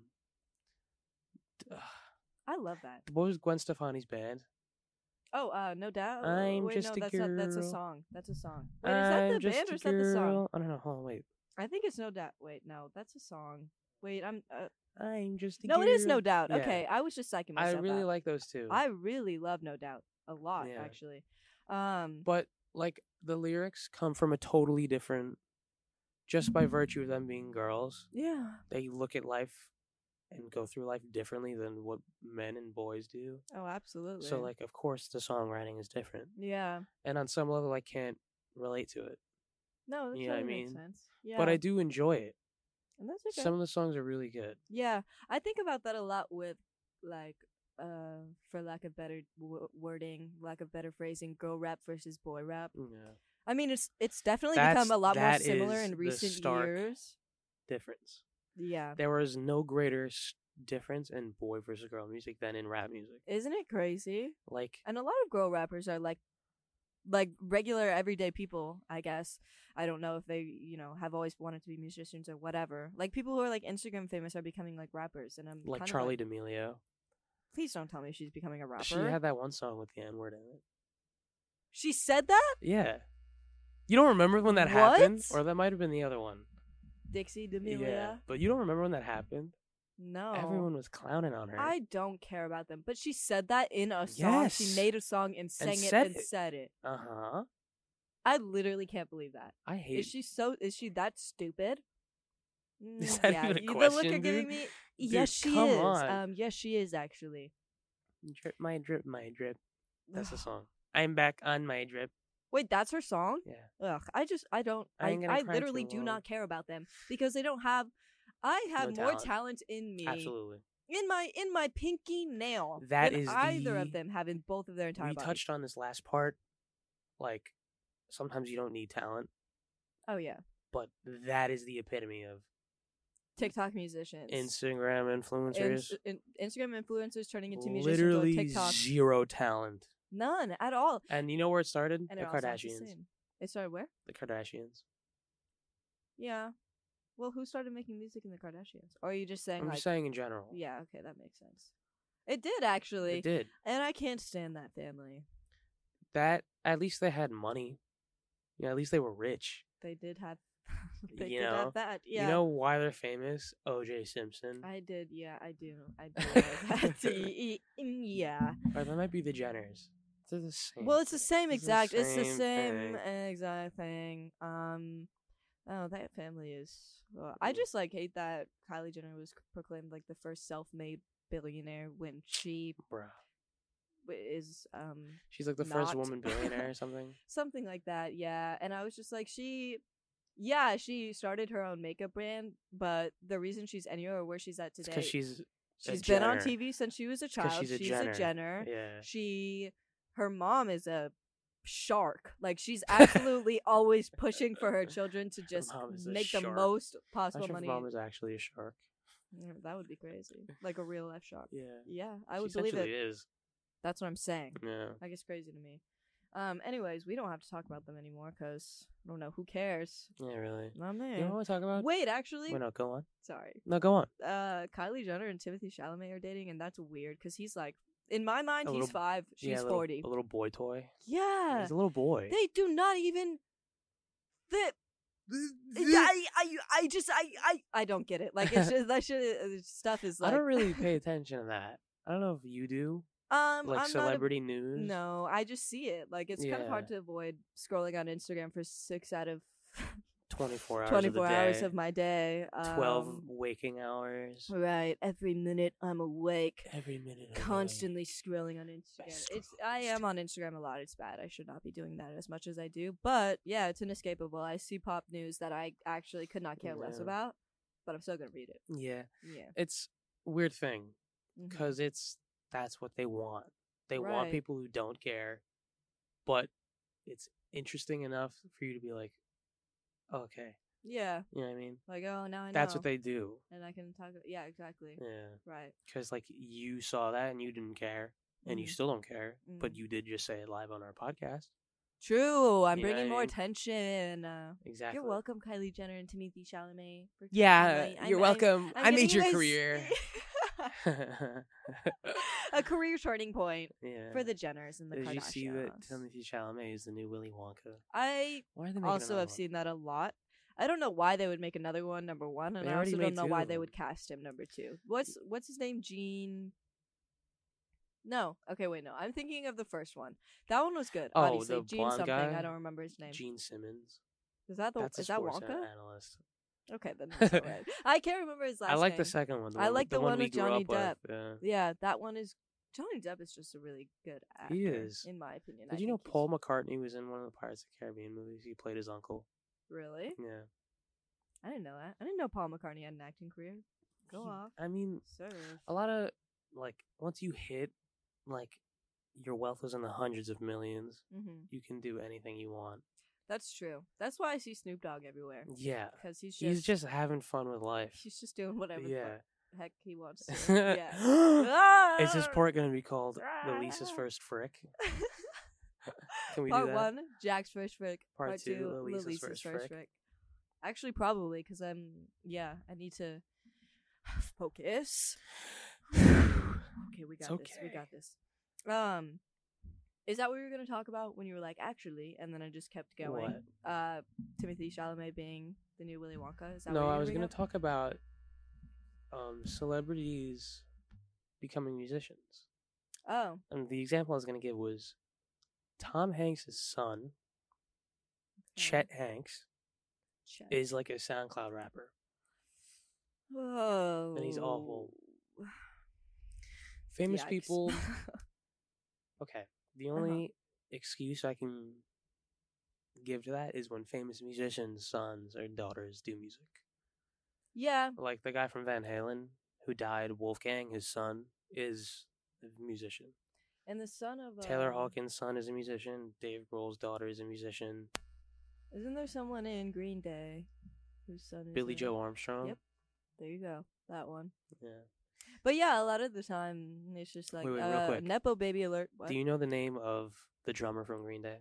Speaker 2: I love that.
Speaker 1: What was Gwen Stefani's band?
Speaker 2: Oh, uh, no doubt. Uh,
Speaker 1: I'm
Speaker 2: wait,
Speaker 1: just
Speaker 2: no,
Speaker 1: a
Speaker 2: that's Not, that's a
Speaker 1: girl.
Speaker 2: song. That's a song. Wait, is that
Speaker 1: I'm
Speaker 2: the
Speaker 1: just
Speaker 2: band
Speaker 1: a
Speaker 2: or is that the song?
Speaker 1: girl- I don't know. Hold on, wait.
Speaker 2: I think it's no doubt. Wait, no, that's a song. Wait, I'm. Uh,
Speaker 1: I'm just a
Speaker 2: no, it is
Speaker 1: girl.
Speaker 2: no doubt.
Speaker 1: Yeah.
Speaker 2: Okay, I was just psyching
Speaker 1: I
Speaker 2: myself
Speaker 1: really
Speaker 2: out.
Speaker 1: like those two.
Speaker 2: I really love No Doubt a lot,
Speaker 1: Yeah.
Speaker 2: actually. Um,
Speaker 1: but like the lyrics come from a totally different just by virtue of them being girls
Speaker 2: yeah,
Speaker 1: they look at life and go through life differently than what men and boys do
Speaker 2: oh, absolutely.
Speaker 1: so like of course the songwriting is different
Speaker 2: yeah,
Speaker 1: and on some level i can't relate to it
Speaker 2: no, that
Speaker 1: You know what I
Speaker 2: totally makes
Speaker 1: mean?
Speaker 2: sense. Yeah,
Speaker 1: but i do enjoy it
Speaker 2: and that's okay.
Speaker 1: some of the songs are really good
Speaker 2: Yeah, I think about that a lot with like uh for lack of better w- wording, lack of better phrasing, girl rap versus boy rap.
Speaker 1: yeah
Speaker 2: I mean, it's it's definitely
Speaker 1: That's-
Speaker 2: become a lot more
Speaker 1: that
Speaker 2: similar
Speaker 1: is
Speaker 2: in
Speaker 1: the
Speaker 2: recent
Speaker 1: stark-
Speaker 2: years.
Speaker 1: difference
Speaker 2: Yeah.
Speaker 1: there was no greater s- difference in boy versus girl music than in rap music
Speaker 2: Isn't it crazy?
Speaker 1: like
Speaker 2: And a lot of girl rappers are like like regular everyday people, I guess. I don't know if they, you know, have always wanted to be musicians or whatever. Like people who are like Instagram famous are becoming like rappers and I'm
Speaker 1: like
Speaker 2: kinda
Speaker 1: charlie d'amelio
Speaker 2: Please don't tell me she's becoming a rapper.
Speaker 1: she had that one song with the n-word in it
Speaker 2: She said that?
Speaker 1: Yeah. You don't remember when that happened?
Speaker 2: What?
Speaker 1: Or that might have been the other one.
Speaker 2: Dixie D'Amelio.
Speaker 1: But you don't remember when that happened?
Speaker 2: No.
Speaker 1: Everyone was clowning on her.
Speaker 2: Oh. I don't care about them. But she said that in a song. She
Speaker 1: Yes.
Speaker 2: made a song and sang it
Speaker 1: said
Speaker 2: and
Speaker 1: it.
Speaker 2: said it.
Speaker 1: Uh huh.
Speaker 2: I literally can't believe that.
Speaker 1: I hate
Speaker 2: Is she so? Is she that stupid?
Speaker 1: Is
Speaker 2: Mm,
Speaker 1: that even a
Speaker 2: you- the look you're
Speaker 1: question,
Speaker 2: giving
Speaker 1: dude?
Speaker 2: me.
Speaker 1: Dude,
Speaker 2: yes, she
Speaker 1: come
Speaker 2: is.
Speaker 1: on.
Speaker 2: Um, yes, she is actually.
Speaker 1: drip my drip, my drip. That's the song. I'm back on my drip.
Speaker 2: Wait, that's her song.
Speaker 1: Yeah.
Speaker 2: Ugh, I just, I don't,
Speaker 1: I
Speaker 2: I,
Speaker 1: ain't gonna
Speaker 2: I,
Speaker 1: cry
Speaker 2: literally
Speaker 1: too
Speaker 2: do
Speaker 1: long.
Speaker 2: not care about them because they don't have. I have
Speaker 1: No
Speaker 2: more
Speaker 1: talent.
Speaker 2: talent in me,
Speaker 1: Absolutely.
Speaker 2: in my in my pinky nail.
Speaker 1: That
Speaker 2: than
Speaker 1: is
Speaker 2: either of
Speaker 1: the-
Speaker 2: them have in both of their entire
Speaker 1: We
Speaker 2: body.
Speaker 1: touched on this last part. Like, sometimes you don't need talent,
Speaker 2: Oh yeah,
Speaker 1: but that is the epitome of
Speaker 2: TikTok musicians.
Speaker 1: Instagram influencers.
Speaker 2: in, Instagram influencers turning into musicians
Speaker 1: Literally
Speaker 2: on TikTok.
Speaker 1: zero talent.
Speaker 2: None at all.
Speaker 1: And you know where it started?
Speaker 2: And
Speaker 1: the
Speaker 2: they're all sounds the
Speaker 1: Kardashians.
Speaker 2: same. It started where?
Speaker 1: The Kardashians.
Speaker 2: Yeah. Well, who started making music in the Kardashians? Or are you just saying
Speaker 1: I'm
Speaker 2: like
Speaker 1: just saying in general.
Speaker 2: Yeah, okay, that makes sense. It did actually.
Speaker 1: They did.
Speaker 2: And I can't stand that family.
Speaker 1: That at least they had money. You know, at least they were rich.
Speaker 2: They did have they
Speaker 1: You
Speaker 2: did
Speaker 1: know-
Speaker 2: have that. Yeah.
Speaker 1: You know why they're famous? OJ Simpson.
Speaker 2: I did, yeah, I do. I do. know that. E- e- yeah.
Speaker 1: Or that might be the Jenners. They're the same.
Speaker 2: Well, it's the same
Speaker 1: It's the
Speaker 2: exact. It's the
Speaker 1: same
Speaker 2: same
Speaker 1: thing.
Speaker 2: exact thing. Um, oh, that family is. uh, I
Speaker 1: Mm.
Speaker 2: just like hate that Kylie Jenner was c- proclaimed like the first self-made billionaire when she
Speaker 1: Bruh.
Speaker 2: w- is um
Speaker 1: She's like the first
Speaker 2: Not.
Speaker 1: woman billionaire or something.
Speaker 2: something like that. Yeah, and I was just like she. Yeah, she started her own makeup brand, but the reason she's anywhere where she's at
Speaker 1: It's
Speaker 2: today,
Speaker 1: because she's
Speaker 2: she's been on
Speaker 1: Jenner.
Speaker 2: TV since she was a
Speaker 1: 'cause
Speaker 2: child.
Speaker 1: she's a
Speaker 2: Jenner.
Speaker 1: Jenner. yeah.
Speaker 2: she her mom is a shark like she's absolutely always pushing for her children to just
Speaker 1: mom is a
Speaker 2: make the
Speaker 1: shark.
Speaker 2: most
Speaker 1: I'm
Speaker 2: possible
Speaker 1: sure her
Speaker 2: money
Speaker 1: mom is actually a shark.
Speaker 2: Mm, that would be crazy like a real life shark
Speaker 1: Yeah.
Speaker 2: yeah i
Speaker 1: She
Speaker 2: would believe it
Speaker 1: essentially is.
Speaker 2: that's what i'm saying
Speaker 1: Yeah.
Speaker 2: like it's crazy to me um anyways we don't have to talk about them anymore because i don't know who cares
Speaker 1: Yeah, really.
Speaker 2: i'm
Speaker 1: You know
Speaker 2: there
Speaker 1: what we talk about?
Speaker 2: wait actually
Speaker 1: Wait, no, go on.
Speaker 2: sorry
Speaker 1: No, go on.
Speaker 2: uh kylie jenner and timothy chalamet are dating and that's weird because he's like in my mind
Speaker 1: A
Speaker 2: he's
Speaker 1: little-
Speaker 2: five she's
Speaker 1: yeah, a little-
Speaker 2: 40
Speaker 1: A little boy toy.
Speaker 2: yeah
Speaker 1: He's a little boy.
Speaker 2: They do not even. The, I, I, I just I, I I don't get it. Like it's just, that shit uh, stuff is like
Speaker 1: I don't really pay attention to that. I don't know if you do.
Speaker 2: um
Speaker 1: like
Speaker 2: I'm
Speaker 1: celebrity
Speaker 2: Not a,
Speaker 1: news.
Speaker 2: no, I just see it. Like it's kind of hard
Speaker 1: Yeah.
Speaker 2: to avoid scrolling on Instagram for six out of
Speaker 1: 24 hours
Speaker 2: twenty four
Speaker 1: of the
Speaker 2: hours
Speaker 1: day,
Speaker 2: of my day.
Speaker 1: 12
Speaker 2: um,
Speaker 1: waking hours.
Speaker 2: Right, every minute I'm awake,
Speaker 1: Every minute. of the day.
Speaker 2: constantly scrolling on Instagram.
Speaker 1: Uh-huh. Best
Speaker 2: It's
Speaker 1: scroll on
Speaker 2: I am on Instagram a lot. It's bad. I should not be doing that as much as I do. But yeah, it's inescapable. I see pop news that I actually could not care less
Speaker 1: Yeah.
Speaker 2: about, but I'm still gonna read it.
Speaker 1: Yeah. mm-hmm.
Speaker 2: Yeah.
Speaker 1: It's a weird thing
Speaker 2: Mhm.
Speaker 1: because it's that's what they want. They
Speaker 2: Right.
Speaker 1: want people who don't care, but it's interesting enough for you to be like, okay.
Speaker 2: Yeah.
Speaker 1: You know what I mean?
Speaker 2: Like oh now I know.
Speaker 1: That's what they Mm, do.
Speaker 2: and I can talk. Yeah, exactly.
Speaker 1: Yeah.
Speaker 2: Right.
Speaker 1: Because, like, you saw that and you didn't care. And you
Speaker 2: Mhm.
Speaker 1: still don't care, but
Speaker 2: Mhm.
Speaker 1: you did just say it live on our podcast.
Speaker 2: True. I'm
Speaker 1: You know what
Speaker 2: bringing
Speaker 1: I
Speaker 2: more
Speaker 1: mean?
Speaker 2: attention. Uh,
Speaker 1: Exactly. Uh,
Speaker 2: you're welcome, Kylie Jenner and Timothy Chalamet. for
Speaker 4: Yeah,
Speaker 2: coming. I'm-
Speaker 4: you're
Speaker 2: I'm-
Speaker 4: welcome.
Speaker 2: I'm
Speaker 4: I made
Speaker 2: giving
Speaker 4: your
Speaker 2: you
Speaker 4: career.
Speaker 2: guys- a career turning point
Speaker 1: yeah.
Speaker 2: for the Jenners and the
Speaker 1: Did
Speaker 2: Kardashians.
Speaker 1: you see that Timothy Chalamet is the new Willy Wonka?
Speaker 2: I
Speaker 1: Why are they
Speaker 2: also have seen that a lot. I don't know why they would make another one, number one, and
Speaker 1: They
Speaker 2: I
Speaker 1: already
Speaker 2: also don't
Speaker 1: made
Speaker 2: know
Speaker 1: two
Speaker 2: why
Speaker 1: of
Speaker 2: they
Speaker 1: them.
Speaker 2: would cast him number two. What's what's his name? Gene. No. Okay, wait, no. I'm thinking of the first one. That one was good.
Speaker 1: Oh,
Speaker 2: obviously.
Speaker 1: the
Speaker 2: Gene
Speaker 1: blonde
Speaker 2: something.
Speaker 1: guy?
Speaker 2: I don't remember his name.
Speaker 1: Gene Simmons.
Speaker 2: Is that the
Speaker 1: That's a
Speaker 2: is that
Speaker 1: sports
Speaker 2: Wonka?
Speaker 1: analyst.
Speaker 2: Okay, then that's all right. I can't remember his last
Speaker 1: I
Speaker 2: name.
Speaker 1: like the second one. The
Speaker 2: I
Speaker 1: one,
Speaker 2: like
Speaker 1: the
Speaker 2: the one
Speaker 1: we
Speaker 2: with
Speaker 1: grew
Speaker 2: Johnny
Speaker 1: up with,
Speaker 2: Depp.
Speaker 1: yeah.
Speaker 2: Yeah, that one is Johnny Depp is just a really good actor.
Speaker 1: He is.
Speaker 2: in my opinion. I
Speaker 1: Did you know
Speaker 2: think he's-
Speaker 1: Paul McCartney was in one of the Pirates of the Caribbean movies? He played his uncle.
Speaker 2: Really?
Speaker 1: Yeah.
Speaker 2: I didn't know that. I didn't know Paul McCartney had an acting career. Go
Speaker 1: He-
Speaker 2: off.
Speaker 1: I mean,
Speaker 2: Serve.
Speaker 1: a lot of like once you hit like your wealth is in the hundreds of millions,
Speaker 2: hmm
Speaker 1: you can do anything you want.
Speaker 2: That's true. That's why I see Snoop Dogg everywhere
Speaker 1: Yeah.
Speaker 2: because he's just
Speaker 1: He's just having fun with life.
Speaker 2: he's just doing whatever the
Speaker 1: Yeah.
Speaker 2: fuck- heck he wants. To. do. yeah.
Speaker 1: Is this
Speaker 2: Ah!
Speaker 1: part going to be called Elise's first frick? Can we
Speaker 2: part
Speaker 1: do that?
Speaker 2: one, Jack's first frick.
Speaker 1: Part
Speaker 2: Part,
Speaker 1: two,
Speaker 2: two,
Speaker 1: Elisa's
Speaker 2: Elisa's,
Speaker 1: first
Speaker 2: first,
Speaker 1: frick.
Speaker 2: frick. Actually, probably because I'm yeah. I need to focus. okay, we
Speaker 1: It's
Speaker 2: got this. We got this. Um, is that what you were gonna talk about when you were like actually, and then I just kept going.
Speaker 1: What?
Speaker 2: Uh, Timothy Chalamet being the new Willy Wonka. Is that
Speaker 1: No,
Speaker 2: what you
Speaker 1: I
Speaker 2: were
Speaker 1: was
Speaker 2: bringing
Speaker 1: going
Speaker 2: up?
Speaker 1: to talk about um, celebrities becoming musicians.
Speaker 2: Oh,
Speaker 1: And the example I was going to give was Tom Hanks' son, Chet
Speaker 2: Mm-hmm.
Speaker 1: Hanks,
Speaker 2: check.
Speaker 1: is like a SoundCloud rapper.
Speaker 2: Oh,
Speaker 1: he's awful. Famous
Speaker 2: Yikes. Uh-huh.
Speaker 1: people. Okay. The only excuse I can give to that is when famous musicians' sons or daughters do music.
Speaker 2: yeah,
Speaker 1: Like the guy from Van Halen who died, Wolfgang, his son, is a musician.
Speaker 2: and the son of
Speaker 1: Taylor
Speaker 2: um,
Speaker 1: Hawkins' son is a musician. Dave Grohl's daughter is a musician.
Speaker 2: Isn't there someone in Green Day whose son is
Speaker 1: Billy
Speaker 2: a-
Speaker 1: Joe Armstrong.
Speaker 2: Yep. There you go, that one.
Speaker 1: Yeah.
Speaker 2: But yeah, a lot of the time it's just like
Speaker 1: Wait, wait, real
Speaker 2: uh,
Speaker 1: quick.
Speaker 2: nepo baby alert. What?
Speaker 1: Do you know the name of the drummer from Green Day?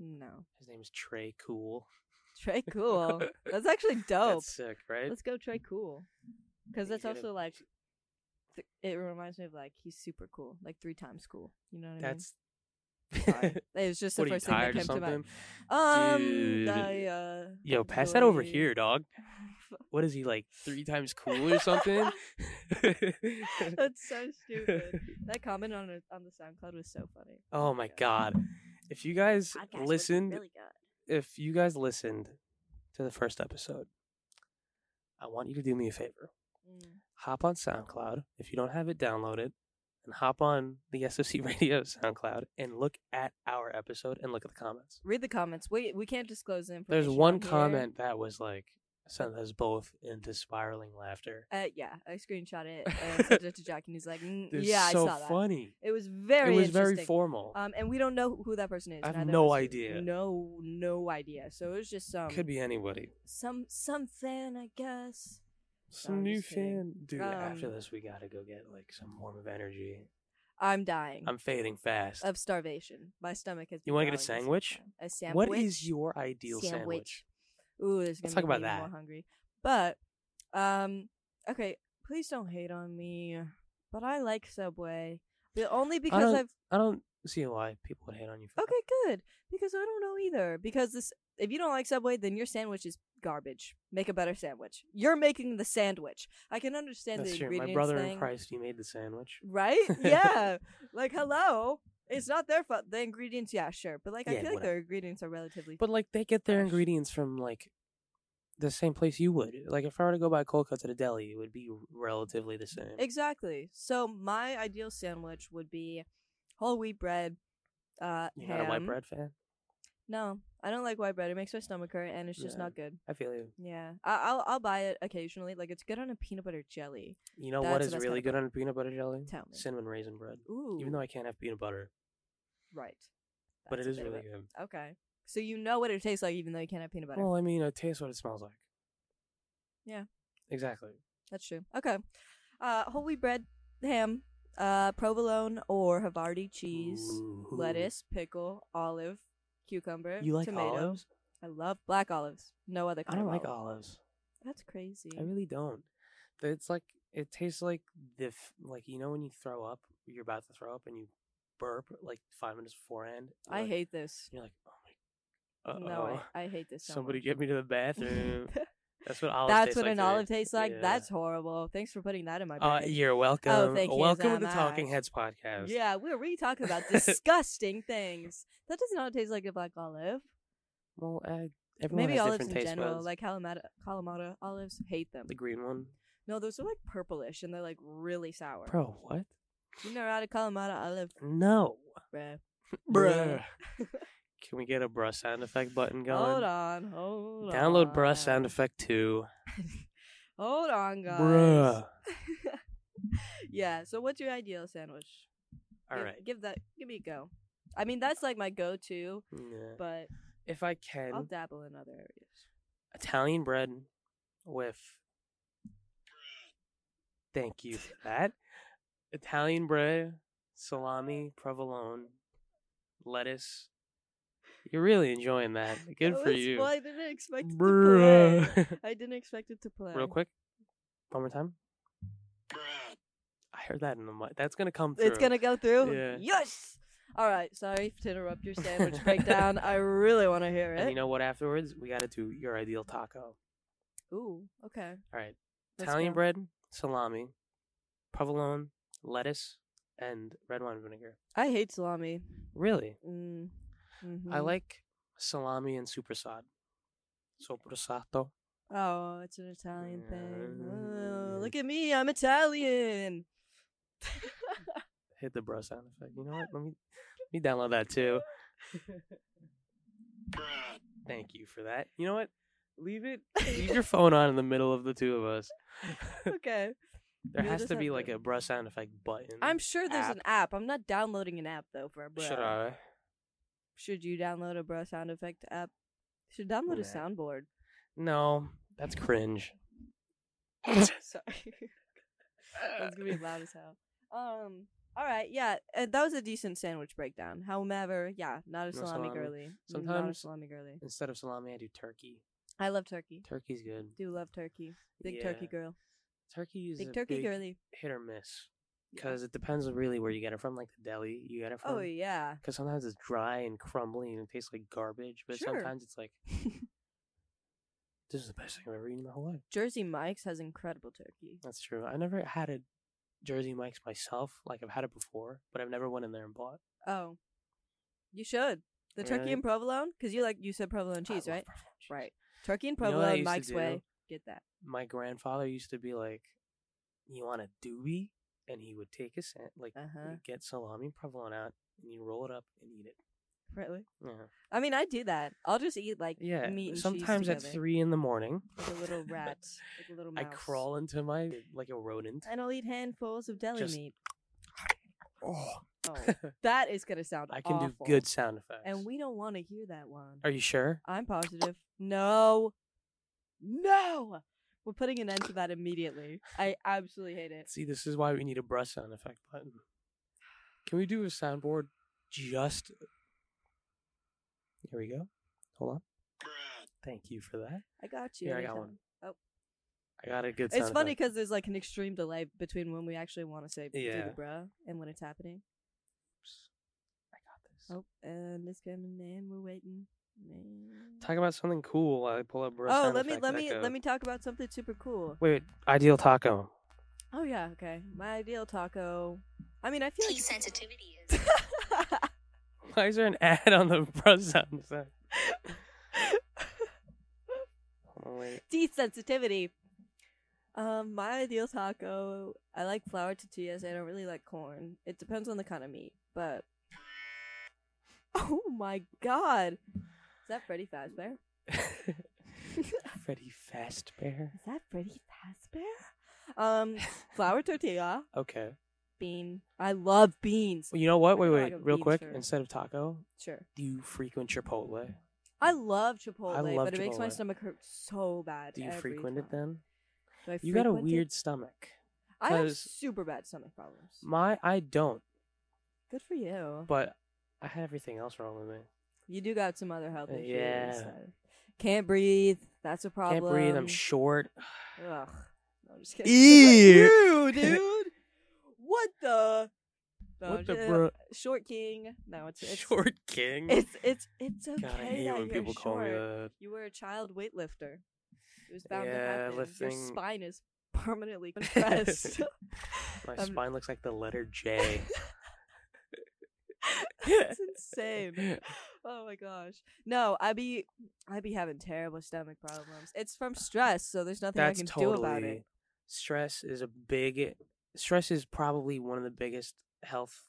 Speaker 2: no,
Speaker 1: His name is Trey Cool.
Speaker 2: Trey Cool. that's actually dope.
Speaker 1: That's sick, right?
Speaker 2: Let's go Trey Cool, because
Speaker 1: You
Speaker 2: that's
Speaker 1: get a-
Speaker 2: also like th- it reminds me of like he's super cool, like three times cool. You know what
Speaker 1: That's.
Speaker 2: I mean? Sorry. it was just the
Speaker 1: what are you
Speaker 2: first thing that
Speaker 1: tired or
Speaker 2: came to
Speaker 1: something?
Speaker 2: mind. Um,
Speaker 1: Dude.
Speaker 2: I, uh,
Speaker 1: Yo, pass that over
Speaker 2: Joey-
Speaker 1: here, dog. What is he like? Three times cool or something?
Speaker 2: that's so stupid. That comment on it- on the SoundCloud was so funny.
Speaker 1: oh my god! If you guys
Speaker 3: Podcast would be
Speaker 1: listened,
Speaker 3: really good.
Speaker 1: if you guys listened to the first episode, I want you to do me a favor.
Speaker 2: Mm.
Speaker 1: hop on SoundCloud if you don't have it downloaded, and hop on the SOC Radio SoundCloud and look at our episode and look at the comments.
Speaker 2: Read the comments. We we can't disclose the information.
Speaker 1: There's one
Speaker 2: on here.
Speaker 1: comment that was like sent us both into spiraling laughter.
Speaker 2: Uh, yeah, I screenshot it and sent it to Jack, and he's like, mm,
Speaker 1: It's
Speaker 2: "Yeah, I
Speaker 1: so
Speaker 2: saw that.
Speaker 1: funny.
Speaker 2: It was very,
Speaker 1: it was
Speaker 2: interesting.
Speaker 1: very formal.
Speaker 2: Um, and we don't know who that person is.
Speaker 1: I have
Speaker 2: neither of
Speaker 1: no
Speaker 2: us do.
Speaker 1: idea.
Speaker 2: No, no idea. So it was just some,
Speaker 1: Could be anybody.
Speaker 2: some, some fan, I guess.
Speaker 1: Some
Speaker 2: I'm
Speaker 1: new
Speaker 2: just kidding.
Speaker 1: fan, dude. after
Speaker 2: Um,
Speaker 1: this, we gotta go get like some form of energy.
Speaker 2: I'm dying
Speaker 1: I'm fading fast.
Speaker 2: of starvation. My stomach has.
Speaker 1: You
Speaker 2: want
Speaker 1: wanna
Speaker 2: to
Speaker 1: get a sandwich?
Speaker 2: A sandwich.
Speaker 1: What is your ideal sandwich?
Speaker 2: Ooh, there's
Speaker 1: Let's
Speaker 2: gonna
Speaker 1: talk about
Speaker 2: be me
Speaker 1: that.
Speaker 2: more hungry. But um okay, please don't hate on me. But I like Subway. But only because
Speaker 1: don't-
Speaker 2: I've
Speaker 1: I don't see why people would hate on you. For that.
Speaker 2: okay, good. Because I don't know either. Because this if you don't like Subway, then your sandwich is garbage. Make a better sandwich. You're making the sandwich. I can understand
Speaker 1: That's
Speaker 2: the
Speaker 1: true.
Speaker 2: ingredients
Speaker 1: My brother
Speaker 2: thing.
Speaker 1: in Christ, he made the sandwich.
Speaker 2: Right? Yeah. like hello. It's not their fault. The ingredients, yeah, sure. But like I
Speaker 1: Yeah,
Speaker 2: feel like
Speaker 1: whatever.
Speaker 2: their ingredients are relatively
Speaker 1: But like they get their
Speaker 2: Fresh.
Speaker 1: ingredients from like the same place you would. Like if I were to go buy cold cuts at a deli, it would be relatively the same.
Speaker 2: Exactly. So my ideal sandwich would be whole wheat bread, uh,
Speaker 1: You're
Speaker 2: ham.
Speaker 1: not a white bread fan.
Speaker 2: No, I don't like white bread. It makes my stomach hurt, and it's just
Speaker 1: Yeah.
Speaker 2: not good.
Speaker 1: I feel you.
Speaker 2: Yeah, I- I'll I'll buy it occasionally. Like it's good on a peanut butter jelly.
Speaker 1: You know
Speaker 2: That's
Speaker 1: what
Speaker 2: the
Speaker 1: is
Speaker 2: best
Speaker 1: really
Speaker 2: kind
Speaker 1: good
Speaker 2: of
Speaker 1: on peanut butter jelly?
Speaker 2: Tell me.
Speaker 1: Cinnamon raisin bread.
Speaker 2: Ooh,
Speaker 1: Even though I can't have peanut butter,
Speaker 2: right.
Speaker 1: but it is
Speaker 2: That's a bit of
Speaker 1: really good.
Speaker 2: a- Okay, so you know what it tastes like, even though you can't have peanut butter.
Speaker 1: Well, I mean, it tastes what it smells like.
Speaker 2: Yeah.
Speaker 1: Exactly.
Speaker 2: That's true. Okay, uh, whole wheat bread, ham, uh, provolone or Havarti cheese,
Speaker 1: Ooh.
Speaker 2: lettuce, pickle, olive, cucumber,
Speaker 1: You like
Speaker 2: tomato.
Speaker 1: olives?
Speaker 2: I love black olives. No other
Speaker 1: I
Speaker 2: kind
Speaker 1: don't
Speaker 2: of
Speaker 1: like
Speaker 2: olive.
Speaker 1: olives.
Speaker 2: That's crazy.
Speaker 1: I really don't. It's like It tastes like the f- like you know when you throw up, you're about to throw up, and you burp like five minutes beforehand. You're
Speaker 2: I
Speaker 1: like-
Speaker 2: hate this.
Speaker 1: You're like, oh my. Uh
Speaker 2: No,
Speaker 1: oh.
Speaker 2: I, I hate this. So
Speaker 1: Somebody
Speaker 2: much.
Speaker 1: get me to the bathroom. That's what olive.
Speaker 2: That's
Speaker 1: tastes
Speaker 2: what
Speaker 1: like
Speaker 2: an
Speaker 1: to me.
Speaker 2: olive tastes like.
Speaker 1: Yeah.
Speaker 2: That's horrible. Thanks for putting that in my
Speaker 1: Uh,
Speaker 2: brain.
Speaker 1: you're welcome.
Speaker 2: thank you
Speaker 1: welcome
Speaker 2: so
Speaker 1: to the Talking
Speaker 2: much.
Speaker 1: Heads podcast.
Speaker 2: Yeah, we were really talking about disgusting things. That does not taste like a black olive.
Speaker 1: Well, uh, everyone
Speaker 2: Maybe
Speaker 1: has
Speaker 2: olives
Speaker 1: different
Speaker 2: in
Speaker 1: taste
Speaker 2: general,
Speaker 1: buds.
Speaker 2: like Kalamata, Kalamata olives, hate them.
Speaker 1: the green one.
Speaker 2: No, those are like purplish and they're like really sour.
Speaker 1: Bro, what?
Speaker 2: You never had a Kalamata olive,
Speaker 1: No.
Speaker 2: bruh.
Speaker 1: Bruh. Can we get a bruh sound effect button going?
Speaker 2: Hold on, hold on.
Speaker 1: Download bruh sound effect two.
Speaker 2: Hold on, guys.
Speaker 1: Bruh.
Speaker 2: yeah. So, what's your ideal sandwich?
Speaker 1: All
Speaker 2: give,
Speaker 1: right.
Speaker 2: Give that. Give me a go. I mean, that's like my go-to,
Speaker 1: Yeah.
Speaker 2: but
Speaker 1: If I can,
Speaker 2: I'll dabble in other areas.
Speaker 1: Italian bread with. Thank you for that. Italian bread, salami, provolone, lettuce. You're really enjoying that. Good
Speaker 2: That
Speaker 1: for
Speaker 2: was-
Speaker 1: you.
Speaker 2: Well, Oh, I didn't expect it to play.
Speaker 1: Bruh.
Speaker 2: I didn't expect it to play.
Speaker 1: Real quick. One more time. I heard that in the mic. That's going to come through.
Speaker 2: It's gonna go through.
Speaker 1: Yeah.
Speaker 2: Yes. All right. Sorry to interrupt your sandwich breakdown. I really want to hear it.
Speaker 1: And you know what afterwards? We got to do your ideal taco.
Speaker 2: Ooh. Okay.
Speaker 1: All right.
Speaker 2: Let's
Speaker 1: Italian
Speaker 2: go.
Speaker 1: bread, salami, provolone, lettuce, and red wine vinegar.
Speaker 2: I hate salami.
Speaker 1: Really?
Speaker 2: Mm.
Speaker 1: I
Speaker 2: mhm.
Speaker 1: like salami and soprasad. Soprasato.
Speaker 2: Oh, it's an Italian thing.
Speaker 1: Yeah.
Speaker 2: Oh, look at me, I'm Italian.
Speaker 1: Hit the bro sound effect. You know what? Let me let me download that too. Thank you for that. You know what? Leave it. Leave your phone on in the middle of the two of us.
Speaker 2: okay.
Speaker 1: There
Speaker 2: You'll
Speaker 1: has
Speaker 2: just
Speaker 1: to be
Speaker 2: have
Speaker 1: like
Speaker 2: to-
Speaker 1: a bruh sound effect button.
Speaker 2: I'm sure there's
Speaker 1: Mm-hmm. app.
Speaker 2: an app. I'm not downloading an app though for a bro.
Speaker 1: Should I?
Speaker 2: Should you download a bro sound effect app? Should download a
Speaker 1: Nah.
Speaker 2: soundboard.
Speaker 1: No, that's cringe.
Speaker 2: Sorry. That's gonna be
Speaker 1: Uh.
Speaker 2: loud as hell. Um. All right. Yeah. Uh, that was a decent sandwich breakdown. However, yeah, not a
Speaker 1: No salami.
Speaker 2: salami, girly. not a
Speaker 1: Sometimes-
Speaker 2: salami girly.
Speaker 1: Instead of salami, I do turkey.
Speaker 2: I love turkey.
Speaker 1: Turkey's good.
Speaker 2: Do love turkey. Big
Speaker 1: Yeah.
Speaker 2: turkey girl.
Speaker 1: Turkey is
Speaker 2: Big
Speaker 1: a
Speaker 2: turkey
Speaker 1: big
Speaker 2: girly.
Speaker 1: hit or miss
Speaker 2: Yeah.
Speaker 1: because it depends on really where you get it from, like the deli you get it from.
Speaker 2: Oh yeah.
Speaker 1: Because sometimes it's dry and crumbly and it tastes like garbage, but
Speaker 2: Sure.
Speaker 1: sometimes it's like, this is the best thing I've ever eaten in my whole life.
Speaker 2: Jersey Mike's has incredible turkey.
Speaker 1: That's true. I never had a Jersey Mike's myself. Like I've had it before, but I've never went in there and bought.
Speaker 2: Oh, you should the turkey
Speaker 1: Really?
Speaker 2: and provolone because you like you said provolone
Speaker 1: I
Speaker 2: cheese,
Speaker 1: love
Speaker 2: right?
Speaker 1: provolone cheese.
Speaker 2: Right. Turkey and
Speaker 1: You know what I
Speaker 2: provolone,
Speaker 1: used to
Speaker 2: Mike's
Speaker 1: do?
Speaker 2: way. Get that.
Speaker 1: My grandfather used to be like, "You want a doobie?" And he would take a sand, like
Speaker 2: Uh huh.
Speaker 1: he'd get salami and provolone out, and you roll it up and eat it.
Speaker 2: Really?
Speaker 1: Yeah.
Speaker 2: I mean, I do that. I'll just eat like
Speaker 1: Yeah.
Speaker 2: meat and
Speaker 1: sometimes
Speaker 2: cheese
Speaker 1: at
Speaker 2: together,
Speaker 1: three in the morning,
Speaker 2: like a little rat, like a little mouse.
Speaker 1: I crawl into my uh, like a rodent.
Speaker 2: and I'll eat handfuls of deli
Speaker 1: Just-
Speaker 2: meat.
Speaker 1: Oh,
Speaker 2: Oh, that is gonna sound.
Speaker 1: I can
Speaker 2: awful.
Speaker 1: do good sound effects.
Speaker 2: And we don't want to hear that one.
Speaker 1: Are Oh. you sure?
Speaker 2: I'm positive. No, no. We're putting an end to that immediately. I absolutely hate it.
Speaker 1: See, this is why we need a brush sound effect button. Can we do a soundboard just. Here we go. Hold on. Thank you for that.
Speaker 2: I got you.
Speaker 1: Here, I got
Speaker 2: anytime.
Speaker 1: one.
Speaker 2: Oh.
Speaker 1: I got a good sound
Speaker 2: It's funny
Speaker 1: effect.
Speaker 2: because there's like an extreme delay between when we actually want to say do
Speaker 1: Yeah.
Speaker 2: the bruh and when it's happening.
Speaker 1: I got this.
Speaker 2: Oh, and it's coming in. We're waiting. And-
Speaker 1: Talk about something cool while I pull up brush
Speaker 2: Oh,
Speaker 1: sound
Speaker 2: let me
Speaker 1: effect
Speaker 2: let me
Speaker 1: echo.
Speaker 2: let me talk about something super cool.
Speaker 1: Wait, ideal taco.
Speaker 2: Oh yeah, okay. My ideal taco. I mean, I feel like
Speaker 4: sensitivity is.
Speaker 1: Why is there an ad on the brush sound effect? Oh, wait.
Speaker 2: desensitivity. Um, my ideal taco. I like flour tortillas. I don't really like corn. It depends on the kind of meat, but. Oh my god! Is that Freddy Fazbear?
Speaker 1: Freddy Fazbear.
Speaker 2: Is that Freddy Fazbear? Um, flour tortilla,
Speaker 1: Okay.
Speaker 2: bean. I love beans.
Speaker 1: Well, you know what?
Speaker 2: Like
Speaker 1: Wait,
Speaker 2: a
Speaker 1: wait,
Speaker 2: bag of
Speaker 1: real
Speaker 2: beans
Speaker 1: quick.
Speaker 2: or-
Speaker 1: Instead of taco,
Speaker 2: Sure.
Speaker 1: do you frequent Chipotle?
Speaker 2: I love Chipotle,
Speaker 1: love
Speaker 2: but it makes my
Speaker 1: Chipotle.
Speaker 2: stomach hurt so bad.
Speaker 1: Do you
Speaker 2: every
Speaker 1: frequent it
Speaker 2: time.
Speaker 1: then?
Speaker 2: Do I
Speaker 1: You got a
Speaker 2: frequent it?
Speaker 1: weird stomach.
Speaker 2: I have
Speaker 1: 'cause-
Speaker 2: super bad stomach problems.
Speaker 1: My, I don't,
Speaker 2: Good for you.
Speaker 1: but I had everything else wrong with me.
Speaker 2: You do got some other health
Speaker 1: Uh,
Speaker 2: issues.
Speaker 1: yeah.
Speaker 2: uh, Can't breathe. That's a problem.
Speaker 1: Can't breathe. I'm short.
Speaker 2: Ugh. No, I'm just kidding. Ew,
Speaker 5: Ew.
Speaker 2: dude. What the? No,
Speaker 5: What the
Speaker 2: j-
Speaker 5: bro?
Speaker 2: Short king. No, it's it's
Speaker 1: Short king.
Speaker 2: it's it's it's okay
Speaker 1: God, I hate
Speaker 2: that
Speaker 1: when
Speaker 2: you're
Speaker 1: people
Speaker 2: short.
Speaker 1: call me that.
Speaker 2: You were a child weightlifter. It was bound to
Speaker 1: Yeah,
Speaker 2: happen. Your
Speaker 1: lifting-
Speaker 2: spine is permanently compressed.
Speaker 1: My
Speaker 2: Um,
Speaker 1: spine looks like the letter J.
Speaker 2: That's insane. Oh my gosh. No, I be I be having terrible stomach problems. It's from stress, so there's nothing I
Speaker 1: That's
Speaker 2: can
Speaker 1: totally.
Speaker 2: do about it.
Speaker 1: Stress is a big. Stress is probably one of the biggest health,